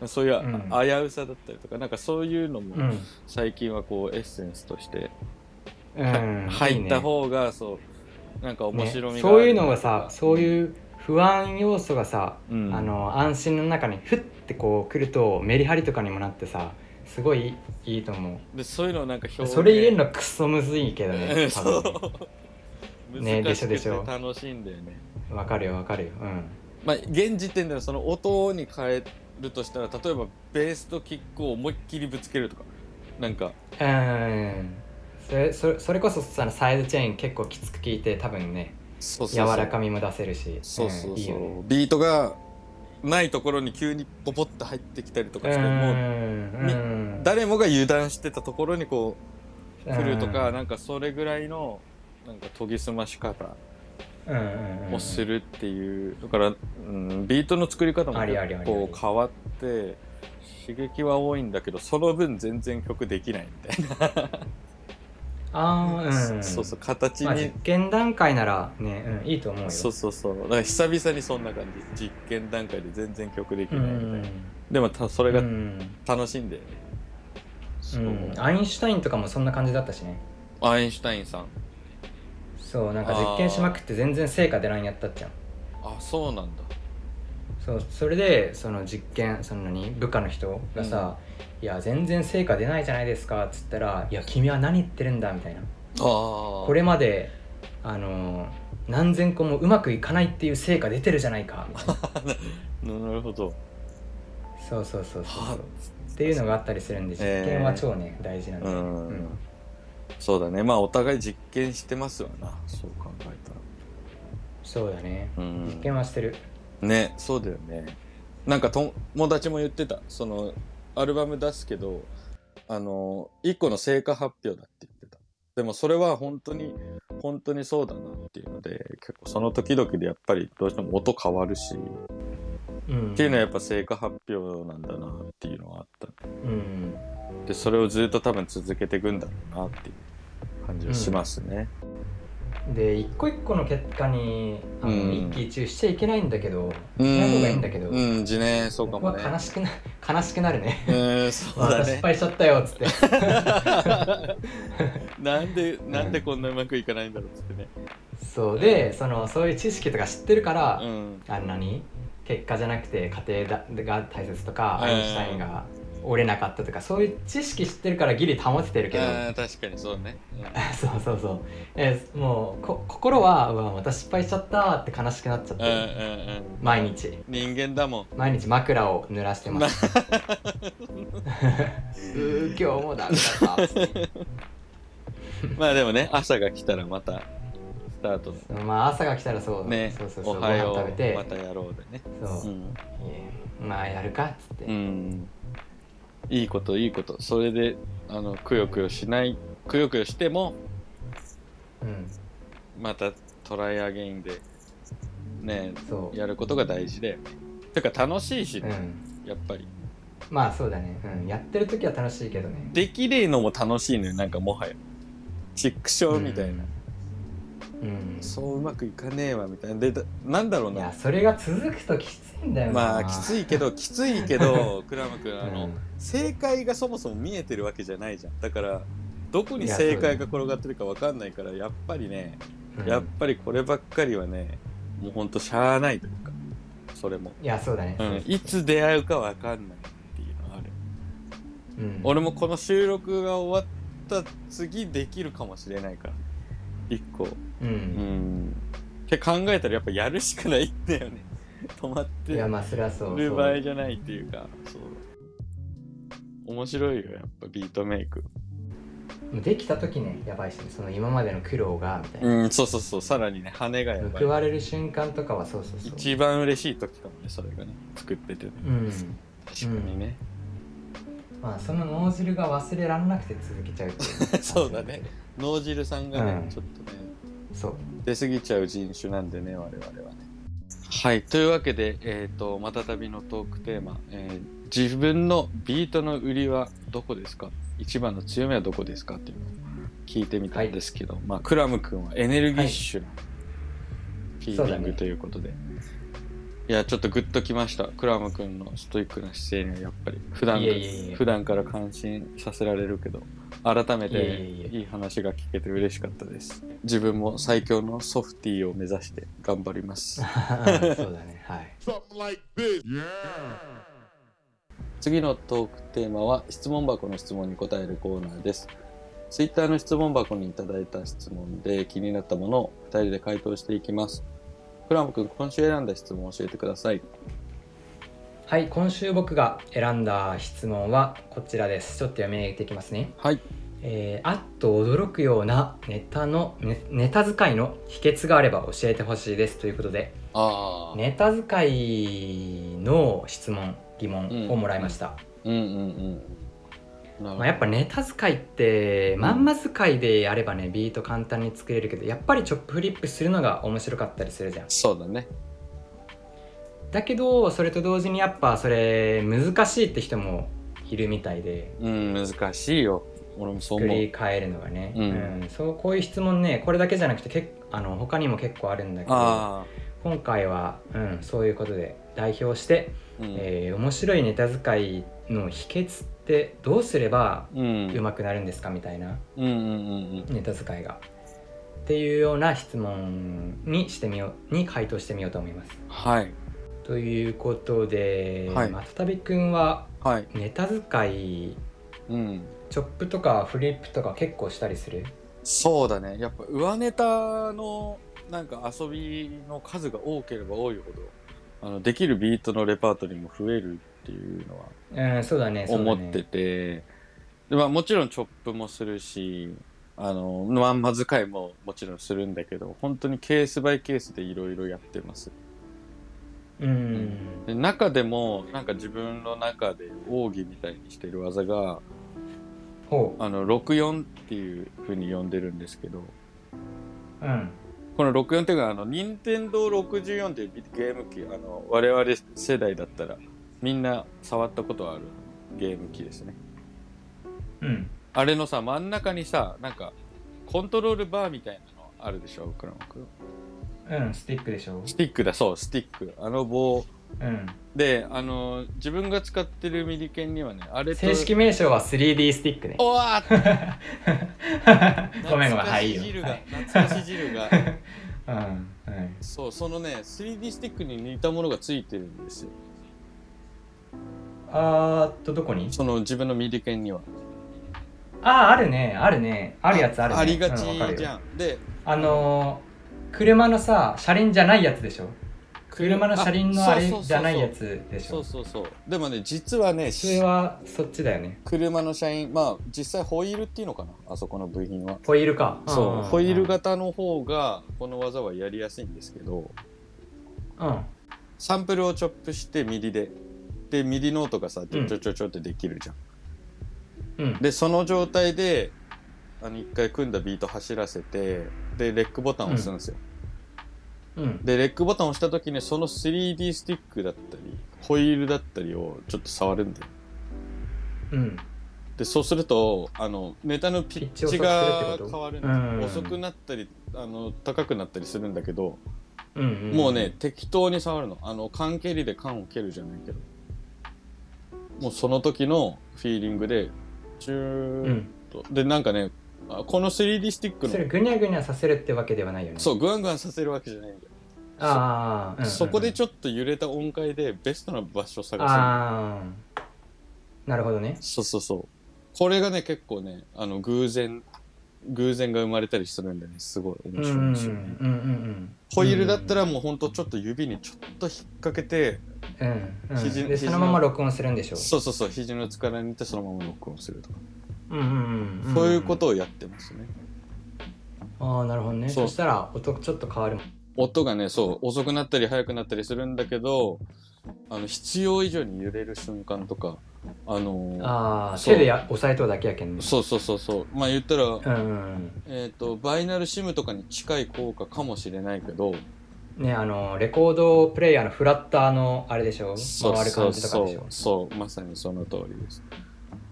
[SPEAKER 1] かそういう
[SPEAKER 3] うん
[SPEAKER 1] あ危うさだったりとか、なんかそういうの
[SPEAKER 3] う
[SPEAKER 1] も
[SPEAKER 3] ん
[SPEAKER 1] 最近はこうエッセンスとして
[SPEAKER 3] うん
[SPEAKER 1] 入った
[SPEAKER 3] い
[SPEAKER 1] 方がそうなんか
[SPEAKER 3] いね
[SPEAKER 1] 面白み
[SPEAKER 3] ね
[SPEAKER 1] があ
[SPEAKER 3] そう
[SPEAKER 1] る
[SPEAKER 3] いう
[SPEAKER 1] な
[SPEAKER 3] の
[SPEAKER 1] とか
[SPEAKER 3] がさそういう不安要素がさ、
[SPEAKER 1] うん
[SPEAKER 3] あの安心の中にフッてこう来るとメリハリとかにもなってさすごいいいと思
[SPEAKER 1] でそういうのをなんか表
[SPEAKER 3] う
[SPEAKER 1] 現
[SPEAKER 3] それ言えるのクソむずいけど
[SPEAKER 1] う
[SPEAKER 3] ね
[SPEAKER 1] ん
[SPEAKER 3] 多分ね
[SPEAKER 1] そう
[SPEAKER 3] ね
[SPEAKER 1] 難
[SPEAKER 3] で
[SPEAKER 1] し
[SPEAKER 3] し
[SPEAKER 1] く
[SPEAKER 3] ょ
[SPEAKER 1] て
[SPEAKER 3] でしょ
[SPEAKER 1] 楽しいんだよね
[SPEAKER 3] わかるよわかるようん
[SPEAKER 1] まあ、現時点でのその音に変えるとしたら例えばベースとキックを思いっきりぶつけるとかなんか
[SPEAKER 3] うんそれそれそれこそさサイドチェーン結構きつく効いて多分ね
[SPEAKER 1] そう
[SPEAKER 3] 柔らかみも出せるし
[SPEAKER 1] そうそうそう、
[SPEAKER 3] んいいよね
[SPEAKER 1] ビートがないところに急にポポッと入ってきたりとかして、もう
[SPEAKER 3] うん
[SPEAKER 1] 誰もが油断してたところにこう来るとか、
[SPEAKER 3] うん
[SPEAKER 1] なんかそれぐらいのなんか研ぎ澄まし方
[SPEAKER 3] うんうんうん
[SPEAKER 1] をするっていう、だから、うん、ビートの作り方も
[SPEAKER 3] ありあり
[SPEAKER 1] 結
[SPEAKER 3] ありあり
[SPEAKER 1] 構変わって刺激は多いんだけどその分全然曲できないみたい
[SPEAKER 3] ああ
[SPEAKER 1] な、
[SPEAKER 3] うん
[SPEAKER 1] そうそう形に、
[SPEAKER 3] まあ、実験段階ならね、うん、いいと思うよ
[SPEAKER 1] そうそうそうだから久々にそんな感じ実験段階で全然曲でき
[SPEAKER 3] う
[SPEAKER 1] ないみたいな、
[SPEAKER 3] ん
[SPEAKER 1] でもたそれ
[SPEAKER 3] う
[SPEAKER 1] が
[SPEAKER 3] ん
[SPEAKER 1] 楽しいんだよね。
[SPEAKER 3] う
[SPEAKER 1] そうん
[SPEAKER 3] アインシュタインとかもそんな感じだったしね
[SPEAKER 1] アインシュタインさん。
[SPEAKER 3] そうなんか実験しまくって全然成果出ないんやったっちゃん
[SPEAKER 1] あ、そうなんだ。
[SPEAKER 3] そうそれでその実験その何部下の人がさ、いや全然成果出ないじゃないですか」っつったら「いや君は何言ってるんだ」みたいな
[SPEAKER 1] ああ。
[SPEAKER 3] これまであの何千個もうまくいかないっていう成果出てるじゃないかみたいな
[SPEAKER 1] なるほど。
[SPEAKER 3] そうそうそうそう
[SPEAKER 1] は
[SPEAKER 3] そうっていうのがあったりするんで実
[SPEAKER 1] えー
[SPEAKER 3] 験は超ね、大事なんで、
[SPEAKER 1] う
[SPEAKER 3] うん
[SPEAKER 1] ん。そうだね。まあ、お互い実験してますわな。そう考え
[SPEAKER 3] そうだね
[SPEAKER 1] たら。うん。
[SPEAKER 3] 実験はしてる
[SPEAKER 1] ねそうだよねなんかと友達も言ってたそのアルバム出すけどあの一個の成果発表だって言ってたでもそれは本当に本当にそうだなっていうので結構その時々でやっぱりどうしても音変わるし、
[SPEAKER 3] うん
[SPEAKER 1] っていうのはやっぱ成果発表なんだなっていうのはあった
[SPEAKER 3] うん
[SPEAKER 1] でそれをずっと多分続けていくんだろうなっていう感じはしますね、
[SPEAKER 3] で一個一個の結果にあの、
[SPEAKER 1] うん
[SPEAKER 3] 一喜一憂しちゃいけないんだけど
[SPEAKER 1] う
[SPEAKER 3] し
[SPEAKER 1] ん、
[SPEAKER 3] ない方がいいんだけど、
[SPEAKER 1] うん自ねそうか
[SPEAKER 3] 僕
[SPEAKER 1] もね
[SPEAKER 3] は悲しくな 悲しくなるね
[SPEAKER 1] うんそうだ
[SPEAKER 3] 私
[SPEAKER 1] ね
[SPEAKER 3] 失敗しちゃったよっつって
[SPEAKER 1] なんで、なんでこんなうまくいかないんだろうっつってね。
[SPEAKER 3] そうでそのそういう知識とか知ってるから、
[SPEAKER 1] うん。
[SPEAKER 3] あの何結果じゃなくて家庭だが大切とか、
[SPEAKER 1] うん
[SPEAKER 3] アインシュタインが折れなかったとかそういう知識知ってるからギリ保ててるけど、
[SPEAKER 1] ああ、確かにそうね。
[SPEAKER 3] そうそうそう、えーもうこ心はうわまた失敗しちゃったーって悲しくなっちゃっ
[SPEAKER 1] うん、うん、う
[SPEAKER 3] て、
[SPEAKER 1] ん。
[SPEAKER 3] 毎日
[SPEAKER 1] 人間だもん。
[SPEAKER 3] 毎日枕を濡らしてま す うー今日もダメだったっつって
[SPEAKER 1] まあでもね、朝が来たらまた、スタートだ
[SPEAKER 3] まあ朝が来たらそう,、
[SPEAKER 1] ね。
[SPEAKER 3] そうそうそ
[SPEAKER 1] お
[SPEAKER 3] う
[SPEAKER 1] はよ
[SPEAKER 3] ご飯食べ
[SPEAKER 1] う。
[SPEAKER 3] て、
[SPEAKER 1] またやろうでね。
[SPEAKER 3] そうう、
[SPEAKER 1] ん。
[SPEAKER 3] いえまあやるかっつって、
[SPEAKER 1] うん。いいこと、いいこと。それで、あの、くよくよしない、くよくよしても、
[SPEAKER 3] うん
[SPEAKER 1] またトライアゲインで、ね、
[SPEAKER 3] そう
[SPEAKER 1] やることが大事だよね。てか楽しいし、
[SPEAKER 3] う
[SPEAKER 1] ね
[SPEAKER 3] ん
[SPEAKER 1] やっぱり。
[SPEAKER 3] まあそうだね、うん、やってる時は楽しいけどね
[SPEAKER 1] できねえのも楽しいのよなんかもはや畜生みたいな、
[SPEAKER 3] うん
[SPEAKER 1] そううまくいかねえわみたいなでだなんだろう
[SPEAKER 3] いや
[SPEAKER 1] な
[SPEAKER 3] それが続くときついんだよな
[SPEAKER 1] まあきついけどきついけ どクラム君あの、
[SPEAKER 3] うん
[SPEAKER 1] 正解がそもそも見えてるわけじゃないじゃんだからどこに正解が転がってるかわかんないからやっぱりね、
[SPEAKER 3] うん
[SPEAKER 1] やっぱりこればっかりはねもうほんとしゃあないというかそれも、
[SPEAKER 3] いやそうだね
[SPEAKER 1] うん、いつ出会うかわかんないっていうのはある
[SPEAKER 3] うん
[SPEAKER 1] 俺もこの収録が終わった次できるかもしれないから一個
[SPEAKER 3] う
[SPEAKER 1] うんんって考えたらやっぱやるしかないんだよね止まっ
[SPEAKER 3] いや
[SPEAKER 1] て
[SPEAKER 3] まあそれはそう
[SPEAKER 1] る
[SPEAKER 3] そう
[SPEAKER 1] 場合じゃないっていうかそう面白いよやっぱビートメイク
[SPEAKER 3] もうできた時ねやばいし、その今までの苦労がみたいな、
[SPEAKER 1] うんそうそうそうさらにね羽がやばい
[SPEAKER 3] 報われる瞬間とかはそうそうそう
[SPEAKER 1] 一番嬉しい時かもねそれがね作っててね
[SPEAKER 3] うん
[SPEAKER 1] 確かにね、
[SPEAKER 3] まあその脳汁が忘れられなくて続けちゃうってい う
[SPEAKER 1] そうだね脳汁さんがね、
[SPEAKER 3] うん
[SPEAKER 1] ちょっとね
[SPEAKER 3] そう
[SPEAKER 1] 出過ぎちゃう人種なんでね我々はね。はいというわけで、えー、とまたたびのトークテーマ、えー自分のビートの売りはどこですか一番の強みはどこですか?」っていうのを聞いてみたんですけど、まあ、クラム君はエネルギッシュなフィー
[SPEAKER 3] そう
[SPEAKER 1] リ
[SPEAKER 3] だ
[SPEAKER 1] ング
[SPEAKER 3] ね
[SPEAKER 1] ということで。いやちょっとグッときましたクラム君のストイックな姿勢にはやっぱり普段
[SPEAKER 3] いえいえいえ
[SPEAKER 1] 普段から感心させられるけど改め
[SPEAKER 3] いえ
[SPEAKER 1] て
[SPEAKER 3] いえいえ
[SPEAKER 1] いい話が聞けて嬉しかったです自分も最強のソフティーを目指して頑張ります
[SPEAKER 3] そうだねはい
[SPEAKER 4] Something like this. Yeah.
[SPEAKER 1] 次のトークテーマは質問箱の質問に答えるコーナーですツイッターの質問箱にいただいた質問で気になったものを2人で回答していきますクラム君今週選んだ質問を教えてください
[SPEAKER 3] はい今週僕が選んだ質問はこちらですちょっと読み上げていきますね
[SPEAKER 1] はい
[SPEAKER 3] えーあっと驚くようなネタのネネタ使いの秘訣があれば教えてほしいですということで
[SPEAKER 1] ああ、
[SPEAKER 3] ネタ使いの質問疑問をもらいました、
[SPEAKER 1] うんうんうんなるほど
[SPEAKER 3] まあ、やっぱネタ使いってまんま使いでやればねビート簡単に作れるけどやっぱりチョップフリップするのが面白かったりするじゃん
[SPEAKER 1] そうだね
[SPEAKER 3] だけどそれと同時にやっぱそれ難しいって人もいるみたいで
[SPEAKER 1] うん難しいよ俺もそう思
[SPEAKER 3] 作
[SPEAKER 1] う
[SPEAKER 3] り変えるのがね、
[SPEAKER 1] うん
[SPEAKER 3] うんそうこういう質問ねこれだけじゃなくてけあの他にも結構あるんだけど
[SPEAKER 1] あ
[SPEAKER 3] 今回は、うん、そういうことで代表して、
[SPEAKER 1] あうん、
[SPEAKER 3] えー面白いネタ使いの秘訣ってどうすれば
[SPEAKER 1] うん
[SPEAKER 3] 上手くなるんですかみたいな
[SPEAKER 1] うんうんうんうん
[SPEAKER 3] ネタ使いが。っていうような質問にしてみように回答してみようと思います。
[SPEAKER 1] はい
[SPEAKER 3] ということで、
[SPEAKER 1] はい
[SPEAKER 3] またたびくんは
[SPEAKER 1] はい
[SPEAKER 3] ネタ使い
[SPEAKER 1] うん
[SPEAKER 3] チョップとかフリップとか結構したりする
[SPEAKER 1] そうだね。やっぱ上ネタのなんか遊びの数が多ければ多いほど、あの、できるビートのレパートリーも増えるっていうのは
[SPEAKER 3] うん、そうだね、そうだね
[SPEAKER 1] 思ってて、でまあ、もちろんチョップもするし、あの、まんま使いももちろんするんだけど、本当にケースバイケースでいろいろやってます。
[SPEAKER 3] うん。
[SPEAKER 1] で中でも、なんか自分の中で奥義みたいにしてる技が、
[SPEAKER 3] ほ
[SPEAKER 1] あの、64っていう風に呼んでるんですけど、
[SPEAKER 3] う。うん。
[SPEAKER 1] この64っていうのはあの任天堂64っていうゲーム機あの我々世代だったらみんな触ったことあるゲーム機ですね
[SPEAKER 3] うん。
[SPEAKER 1] あれのさ真ん中にさなんかコントロールバーみたいなのあるでしょ僕の
[SPEAKER 3] うん、スティックでしょ。
[SPEAKER 1] スティックだそうスティックあの棒
[SPEAKER 3] うん。
[SPEAKER 1] であの自分が使ってるミリケンにはねあれと
[SPEAKER 3] 正式名称は 3D スティックね。
[SPEAKER 1] おわー
[SPEAKER 3] ごめん
[SPEAKER 1] 懐
[SPEAKER 3] ごめん、は
[SPEAKER 1] か
[SPEAKER 3] いい
[SPEAKER 1] し
[SPEAKER 3] いよ。
[SPEAKER 1] 汁
[SPEAKER 3] は
[SPEAKER 1] が
[SPEAKER 3] い
[SPEAKER 1] 懐かし汁が
[SPEAKER 3] うん。はい
[SPEAKER 1] そうそのね 3D スティックに似たものがついてるんですよ
[SPEAKER 3] あーっと、どこに
[SPEAKER 1] その自分のミリケンには
[SPEAKER 3] あー、あるね、あるね。あるやつあるね。
[SPEAKER 1] ありがち
[SPEAKER 3] うんわかる
[SPEAKER 1] じ
[SPEAKER 3] よ
[SPEAKER 1] ゃん。で、
[SPEAKER 3] あのー、車のさ、車輪じゃないやつでしょ。車の車輪のあれじゃないやつでし
[SPEAKER 1] そ
[SPEAKER 3] ょ
[SPEAKER 1] う。そうそう。でもね、実はね、
[SPEAKER 3] それはそっちだよね。
[SPEAKER 1] 車の車輪、まあ、実際ホイールっていうのかな、あそこの部品は。
[SPEAKER 3] ホイールか。ん
[SPEAKER 1] そ
[SPEAKER 3] ん
[SPEAKER 1] う、ホイール。型の方が、この技はやりやすいんですけど、
[SPEAKER 3] うん。
[SPEAKER 1] サンプルをチョップして、ミリで。で、ミリノートがさ、ちょちょちょちょってできるじゃん。
[SPEAKER 3] うん。
[SPEAKER 1] で、その状態で、あの、一回組んだビート走らせて、で、レックボタンを押すんですよ。
[SPEAKER 3] うん。
[SPEAKER 1] で、レックボタンを押した時に、その 3D スティックだったり、ホイールだったりをちょっと触るんだよ。
[SPEAKER 3] うん。
[SPEAKER 1] でそうするとあのネタのピッチが変わるん
[SPEAKER 3] ピッチ遅く
[SPEAKER 1] です遅
[SPEAKER 3] するってことうん
[SPEAKER 1] くなったりあの高くなったりするんだけど、
[SPEAKER 3] うん。
[SPEAKER 1] もうね適当に触るのあの缶蹴りで缶を蹴るじゃないけどもうその時のフィーリングでチュ
[SPEAKER 3] う
[SPEAKER 1] ーッ
[SPEAKER 3] ん。
[SPEAKER 1] と、でなんかねあこの 3D スティック
[SPEAKER 3] それ
[SPEAKER 1] の
[SPEAKER 3] ぐにゃぐにゃさせるってわけではないよね。
[SPEAKER 1] そうグワングワンさせるわけじゃないんだよ、
[SPEAKER 3] ああ、
[SPEAKER 1] そこで
[SPEAKER 3] ょ
[SPEAKER 1] ちょっと揺れた音階でベストな場所を探すの
[SPEAKER 3] ああー、なるほどね。
[SPEAKER 1] そうそうそうこれがね結構ねあの偶然偶然が生まれたりするんでねすごい
[SPEAKER 3] うん
[SPEAKER 1] 面
[SPEAKER 3] う
[SPEAKER 1] 白
[SPEAKER 3] ん
[SPEAKER 1] い
[SPEAKER 3] うんん
[SPEAKER 1] ですよね、
[SPEAKER 3] うん。
[SPEAKER 1] ホイールだったらもうほんとちょっと指にちょっと引っ掛けて、
[SPEAKER 3] うん、うん
[SPEAKER 1] 肘
[SPEAKER 3] で
[SPEAKER 1] 肘
[SPEAKER 3] そのまま録音するんでしょ
[SPEAKER 1] そうそうそう肘の力にいてそのままロックオンするとか、
[SPEAKER 3] う。うんうんうん。
[SPEAKER 1] そういうことをやってますね
[SPEAKER 3] ああ、なるほどね。
[SPEAKER 1] そう
[SPEAKER 3] そしたら音ちょっと変わるもん。
[SPEAKER 1] 音がねそう遅くなったり速くなったりするんだけどあの必要以上に揺れる瞬間とかあの
[SPEAKER 3] ああ、
[SPEAKER 1] そう
[SPEAKER 3] 手でや押さえとうだけやけんね。
[SPEAKER 1] そうそうそうそうまあ言ったら、
[SPEAKER 3] うんうん
[SPEAKER 1] えっ、とバイナルシムとかに近い効果かもしれないけど
[SPEAKER 3] うん。ね、あの、レコードプレイヤーのフラッターのあれでしょ回る感じとかでしょ
[SPEAKER 1] そうそうそうまさにその通りです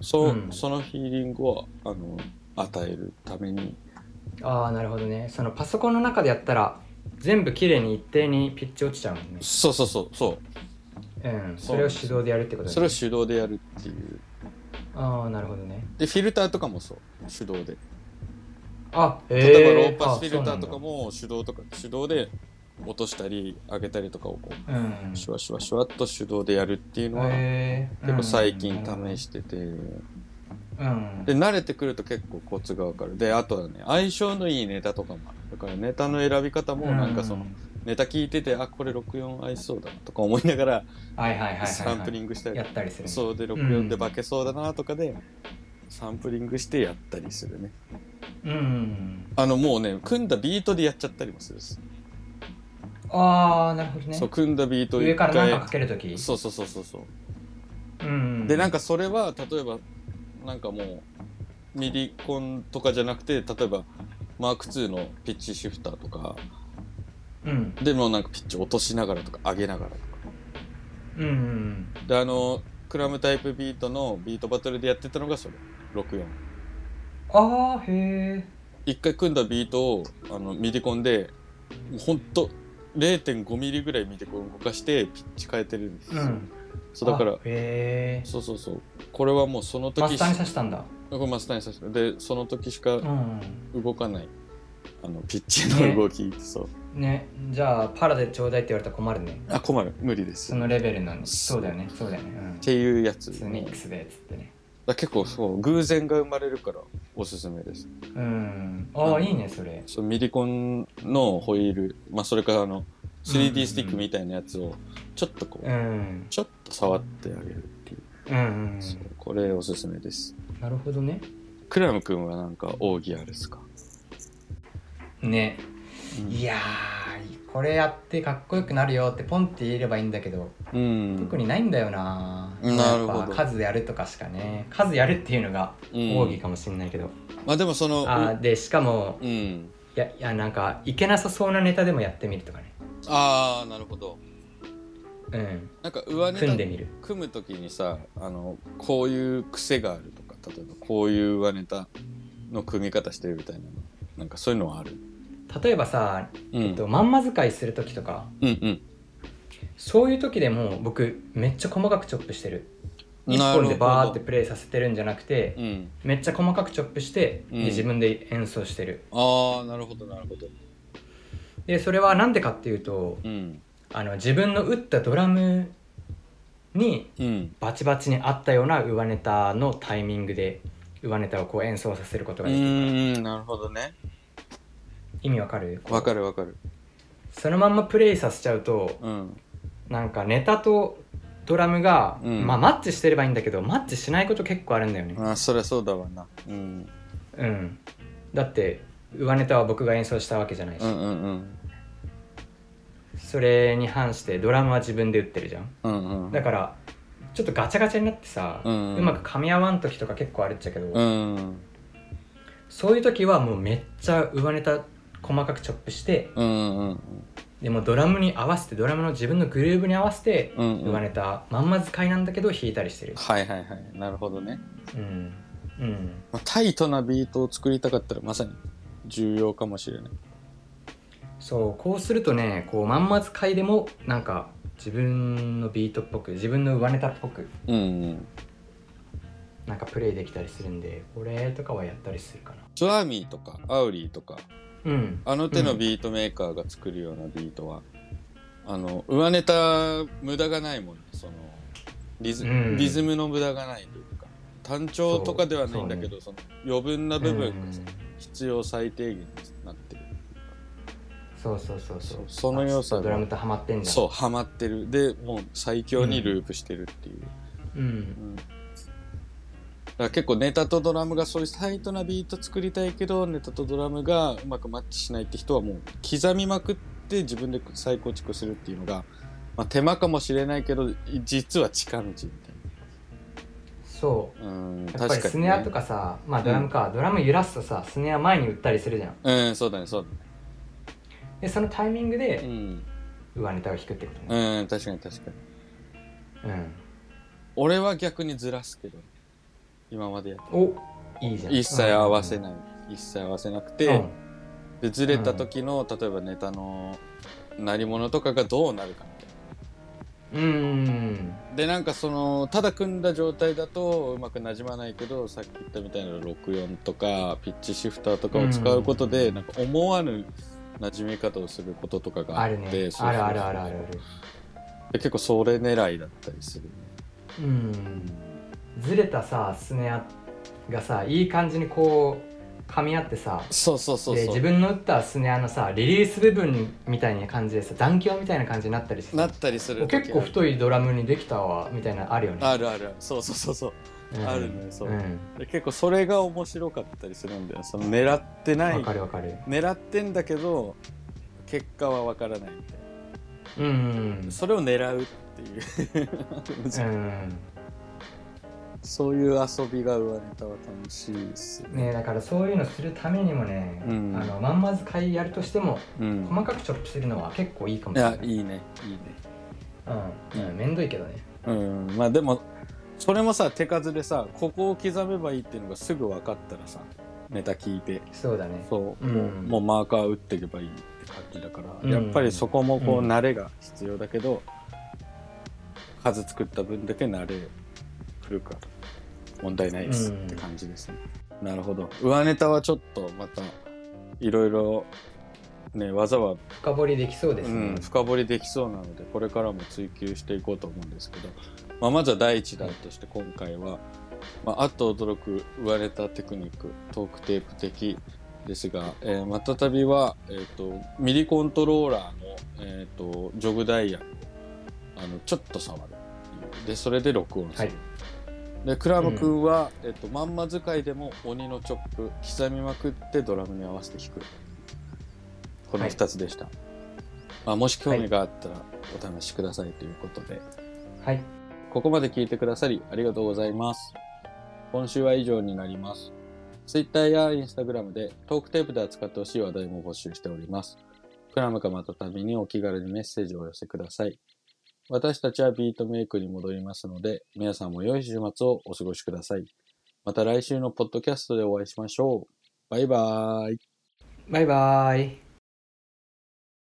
[SPEAKER 1] そう、
[SPEAKER 3] うん
[SPEAKER 1] そのヒーリングをあの与えるために
[SPEAKER 3] ああ、なるほどね。そのパソコンの中でやったら、全部綺麗に一定にピッチ落ちちゃうもんね。
[SPEAKER 1] そうそうそうそ
[SPEAKER 3] うん。それを手動でやるってこ
[SPEAKER 1] う、
[SPEAKER 3] と
[SPEAKER 1] それ
[SPEAKER 3] ね
[SPEAKER 1] を。手動でやるっていう
[SPEAKER 3] ああ、なるほどね。
[SPEAKER 1] でフィルターとかもそう手動で
[SPEAKER 3] あ、え
[SPEAKER 1] 例えばローパスフィルターとか。も手動とか手動で落としたり上げたりとかをこ
[SPEAKER 3] あそうなんだうん
[SPEAKER 1] うシュワシュワシュワっと手動でやるっていうのは、
[SPEAKER 3] へー。
[SPEAKER 1] 結構最近試
[SPEAKER 3] し
[SPEAKER 1] してて、
[SPEAKER 3] うん。
[SPEAKER 1] で慣れてくると結構コツがわかるであとはね相性のいいネタとかもあるだからネタの選び方もなんかその、
[SPEAKER 3] う
[SPEAKER 1] ネタ聞いててあこれ64合いそうだなとか思いながら
[SPEAKER 3] はいはいはいはいはい。
[SPEAKER 1] サンプリングしたり、
[SPEAKER 3] やったりするね。
[SPEAKER 1] そうで64で化けそうだなとかで、サンプリングしてやったりするね
[SPEAKER 3] うん。
[SPEAKER 1] あのもうね組んだビートでやっちゃったりもするし、
[SPEAKER 3] ああ、なるほどね
[SPEAKER 1] そう。組んだビートを
[SPEAKER 3] 上
[SPEAKER 1] 一
[SPEAKER 3] からなんか
[SPEAKER 1] 回
[SPEAKER 3] かけるとき。
[SPEAKER 1] そうそうそうそうそう、
[SPEAKER 3] うん。
[SPEAKER 1] でなん
[SPEAKER 3] か。
[SPEAKER 1] かそれは例えばなんかもうミリコンとかじゃなくて例えばマーク2のピッチシフターとか
[SPEAKER 3] うん。
[SPEAKER 1] でもなんかピッチ落としながらとか上げながらとか
[SPEAKER 3] うん。
[SPEAKER 1] であのクラムタイプビートのビートバトルでやってたのがそれ64
[SPEAKER 3] ああ、へ
[SPEAKER 1] 一回組んだビートをあのミディコンでほんと0.5ミリぐらいミディコン動かしてピッチ変えてるんです
[SPEAKER 3] え。
[SPEAKER 1] よ、
[SPEAKER 3] うん。
[SPEAKER 1] そうだか
[SPEAKER 3] あ
[SPEAKER 1] ら
[SPEAKER 3] へ
[SPEAKER 1] そうそうそうこれはもうその
[SPEAKER 3] え。マ
[SPEAKER 1] 時し
[SPEAKER 3] スターに刺したんだ。
[SPEAKER 1] これマスターにさせてでその時しか
[SPEAKER 3] うん。
[SPEAKER 1] 動かない、あのピッチの動き、そう
[SPEAKER 3] ね、じゃあパラでちょうだいって言われたら困るね。
[SPEAKER 1] あ困る無理です
[SPEAKER 3] そ
[SPEAKER 1] っ
[SPEAKER 3] のレベルなのに。そうだよね。そうだよね。うん。
[SPEAKER 1] ていうやつ
[SPEAKER 3] 普通ミックスでっつってね。
[SPEAKER 1] だ結構そう偶然が生まれるからおすすめです。
[SPEAKER 3] うんああいいねそれ
[SPEAKER 1] そうミリコンのホイール、まあ、それからあの 3D スティックみたいなやつをちょっとこう、
[SPEAKER 3] うん
[SPEAKER 1] ちょっと触ってあげるっていう,、
[SPEAKER 3] うんうん
[SPEAKER 1] そうこれおすすめです
[SPEAKER 3] なるほどね
[SPEAKER 1] クラム君はなんか奥義あるっすか、
[SPEAKER 3] ねいやーこれやってかっこよくなるよってポンって言えればいいんだけど
[SPEAKER 1] うん、
[SPEAKER 3] 特にないんだよな
[SPEAKER 1] なるほど
[SPEAKER 3] やっぱ数やるとかしかね数やるっていうのが
[SPEAKER 1] うん
[SPEAKER 3] 奥義かもしれないけど、
[SPEAKER 1] まあでもその
[SPEAKER 3] あーでしかも
[SPEAKER 1] うん
[SPEAKER 3] いやいやなんかいけなさそうなネタでもやってみるとかね
[SPEAKER 1] ああなるほど
[SPEAKER 3] うん
[SPEAKER 1] なんか上ネタ
[SPEAKER 3] 組んでみる
[SPEAKER 1] 組む時にさあのこういう癖があるとか例えばこういう上ネタの組み方してるみたいなのなんかそういうのはある、
[SPEAKER 3] 例えばさ、
[SPEAKER 1] うん、
[SPEAKER 3] えっと、まんま使いする時とか
[SPEAKER 1] うん
[SPEAKER 3] そういう時でも僕めっちゃ細かくチョップしてる
[SPEAKER 1] うん
[SPEAKER 3] 1本でバー
[SPEAKER 1] な
[SPEAKER 3] って
[SPEAKER 1] る
[SPEAKER 3] プレイさせてるんじゃなくて
[SPEAKER 1] ほどうん
[SPEAKER 3] めっちゃ細かくチョップしてで
[SPEAKER 1] うん
[SPEAKER 3] 自分で演奏してる
[SPEAKER 1] ああなるほどなるほど
[SPEAKER 3] でそれはなんでかっていうと
[SPEAKER 1] うん
[SPEAKER 3] あの自分の打ったドラムに
[SPEAKER 1] うん
[SPEAKER 3] バチバチに合ったような上ネタのタイミングで上ネタをこう演奏させること
[SPEAKER 1] う
[SPEAKER 3] ができる
[SPEAKER 1] ーんなるほどね
[SPEAKER 3] 意味わかる
[SPEAKER 1] わかるわかる
[SPEAKER 3] そのまんまプレイさせちゃうと
[SPEAKER 1] うん
[SPEAKER 3] なんかネタとドラムが、
[SPEAKER 1] うん
[SPEAKER 3] まあマッチしてればいいんだけどマッチしないこと結構あるんだよね
[SPEAKER 1] あーそりゃそうだわな、うん、
[SPEAKER 3] うんだって上ネタは僕が演奏したわけじゃないし、
[SPEAKER 1] うんうんうん
[SPEAKER 3] それに反してドラムは自分で打ってるじゃん
[SPEAKER 1] うんうん
[SPEAKER 3] だからちょっとガチャガチャになってさ、
[SPEAKER 1] う
[SPEAKER 3] うんまく噛み合わん時とか結構あるっちゃけど、
[SPEAKER 1] うん
[SPEAKER 3] そういう時はもうめっちゃ上ネタ細かくチョップして
[SPEAKER 1] うんうん
[SPEAKER 3] でもドラムに合わせてドラムの自分のグルーブに合わせて
[SPEAKER 1] うんうん
[SPEAKER 3] 上ネタまんま使いなんだけど弾いたりしてる
[SPEAKER 1] はいはいはいなるほどね、
[SPEAKER 3] うんうん
[SPEAKER 1] まあ、タイトなビートを作りたかったらまさに重要かもしれない
[SPEAKER 3] そうこうするとねこうまんま使いでもなんか自分のビートっぽく自分の上ネタっぽく
[SPEAKER 1] うん、うん、
[SPEAKER 3] なんかプレイできたりするんで俺とかはやったりするかな
[SPEAKER 1] ジョアミーとかアウリーとか
[SPEAKER 3] うん
[SPEAKER 1] あの手のビートメーカーが作るようなビートは、あの上ネタ無駄がないもんねそのリズ,、
[SPEAKER 3] うん
[SPEAKER 1] リズムの無駄がないというか単調とかではないんだけどそ、の余分な部分がさ必要最低限になってる、
[SPEAKER 3] そうそうそうそう
[SPEAKER 1] その良さ
[SPEAKER 3] あ
[SPEAKER 1] が
[SPEAKER 3] ドラムとハマってんじゃん
[SPEAKER 1] そうハマってるでもう最強にループしてるっていう、
[SPEAKER 3] う、ん、
[SPEAKER 1] うんだから結構ネタとドラムがそういうタイトなビート作りたいけどネタとドラムがうまくマッチしないって人はもう刻みまくって自分で再構築するっていうのが、まあ、手間かもしれないけど実は近道みたい
[SPEAKER 3] そう
[SPEAKER 1] なうん
[SPEAKER 3] やっぱりスネアとかさ、まあドラムか、ドラム揺らすとさスネア前に打ったりするじゃん
[SPEAKER 1] うんそうだねそうだ
[SPEAKER 3] でそのタイミング
[SPEAKER 1] ねう
[SPEAKER 3] で
[SPEAKER 1] ん、
[SPEAKER 3] 上ネタを弾くってことね
[SPEAKER 1] うん、確かに確かに
[SPEAKER 3] うん、
[SPEAKER 1] 俺は逆にずらすけど今までやっ
[SPEAKER 3] おいいじゃん
[SPEAKER 1] 一切合わせない、一切合わせなくて、
[SPEAKER 3] うん
[SPEAKER 1] でずれた時の、例えばネタの鳴り物とかがどうなるかみたい
[SPEAKER 3] うんうん
[SPEAKER 1] なでなんかそのただ組んだ状態だとうまくなじまないけどさっき言ったみたいな64とかピッチシフターとかを使うことで、なんか思わぬなじみ方をすることとかが
[SPEAKER 3] あ
[SPEAKER 1] あって
[SPEAKER 3] る
[SPEAKER 1] そ
[SPEAKER 3] ね
[SPEAKER 1] うそうそう
[SPEAKER 3] あるあるあるあるある
[SPEAKER 1] で結構それ狙いだったりする
[SPEAKER 3] うんずれたさスネアがさいい感じにこう噛み合ってさ
[SPEAKER 1] そうそうそう
[SPEAKER 3] で
[SPEAKER 1] そ
[SPEAKER 3] 自
[SPEAKER 1] う
[SPEAKER 3] 分の打ったスネアのさリリース部分みたいな感じでさ断響みたいな感じになったりして
[SPEAKER 1] な
[SPEAKER 3] さ
[SPEAKER 1] ったりする
[SPEAKER 3] お
[SPEAKER 1] 時
[SPEAKER 3] 結構太いドラムにできたわみたいなのあるよね
[SPEAKER 1] あるあるあるそうそうそうそう、
[SPEAKER 3] うん
[SPEAKER 1] あるねそう、
[SPEAKER 3] うん
[SPEAKER 1] で結構それが面白かったりするんだよその狙ってない
[SPEAKER 3] わかるわかる
[SPEAKER 1] 狙ってんだけど結果は分からないみたい
[SPEAKER 3] うんうん
[SPEAKER 1] なそれを狙うっていう
[SPEAKER 3] うん
[SPEAKER 1] そういう遊びが上ネタは楽しいですよ
[SPEAKER 3] ねだからそういうのするためにもね、
[SPEAKER 1] うん
[SPEAKER 3] あのまんまず買いやるとしても
[SPEAKER 1] うん
[SPEAKER 3] 細かくチョップするのは結構いいかも
[SPEAKER 1] い
[SPEAKER 3] しれな
[SPEAKER 1] や
[SPEAKER 3] い
[SPEAKER 1] いいねいいね
[SPEAKER 3] うん、うん、めんどいけどね
[SPEAKER 1] うんまあでもそれもさ手数でさここを刻めばいいっていうのがすぐ分かったらさネタ聞いて
[SPEAKER 3] そうだね
[SPEAKER 1] そう、
[SPEAKER 3] うん
[SPEAKER 1] もうもうマーカー打っていけばいいって感じだから、
[SPEAKER 3] うん
[SPEAKER 1] やっぱりそこもこう
[SPEAKER 3] うん
[SPEAKER 1] 慣れが必要だけど、数作った分だけ慣れくるから問題ないですって感じですね、なるほど上ネタはちょっとまたいろいろね技は、
[SPEAKER 3] 深掘りできそうです
[SPEAKER 1] う
[SPEAKER 3] ね、
[SPEAKER 1] ん、深掘りできそうなのでこれからも追求していこうと思うんですけど、まあ、まずは第一弾として今回はまあ、あっと驚く言われたテクニックトークテープ的ですが、えー、またたびは、えー、とミリコントローラーの、えー、とジョグダイヤルあのちょっと触るでそれで録音する、でクラム君は、えっと、まんま使いでも鬼のチョップ刻みまくってドラムに合わせて弾くこの
[SPEAKER 3] はい
[SPEAKER 1] 2つでした、まあ、もし興味があったらお試しくださいということで、
[SPEAKER 3] はい
[SPEAKER 1] ここまで聞いてくださりありがとうございます。今週は以上になります。Twitter や Instagram でトークテープで扱ってほしい話題も募集しております。クラムかまたたびにお気軽にメッセージをお寄せください。私たちはビートメイクに戻りますので、皆さんも良い週末をお過ごしください。また来週のポッドキャストでお会いしましょう。バイバーイ。
[SPEAKER 3] バイバーイ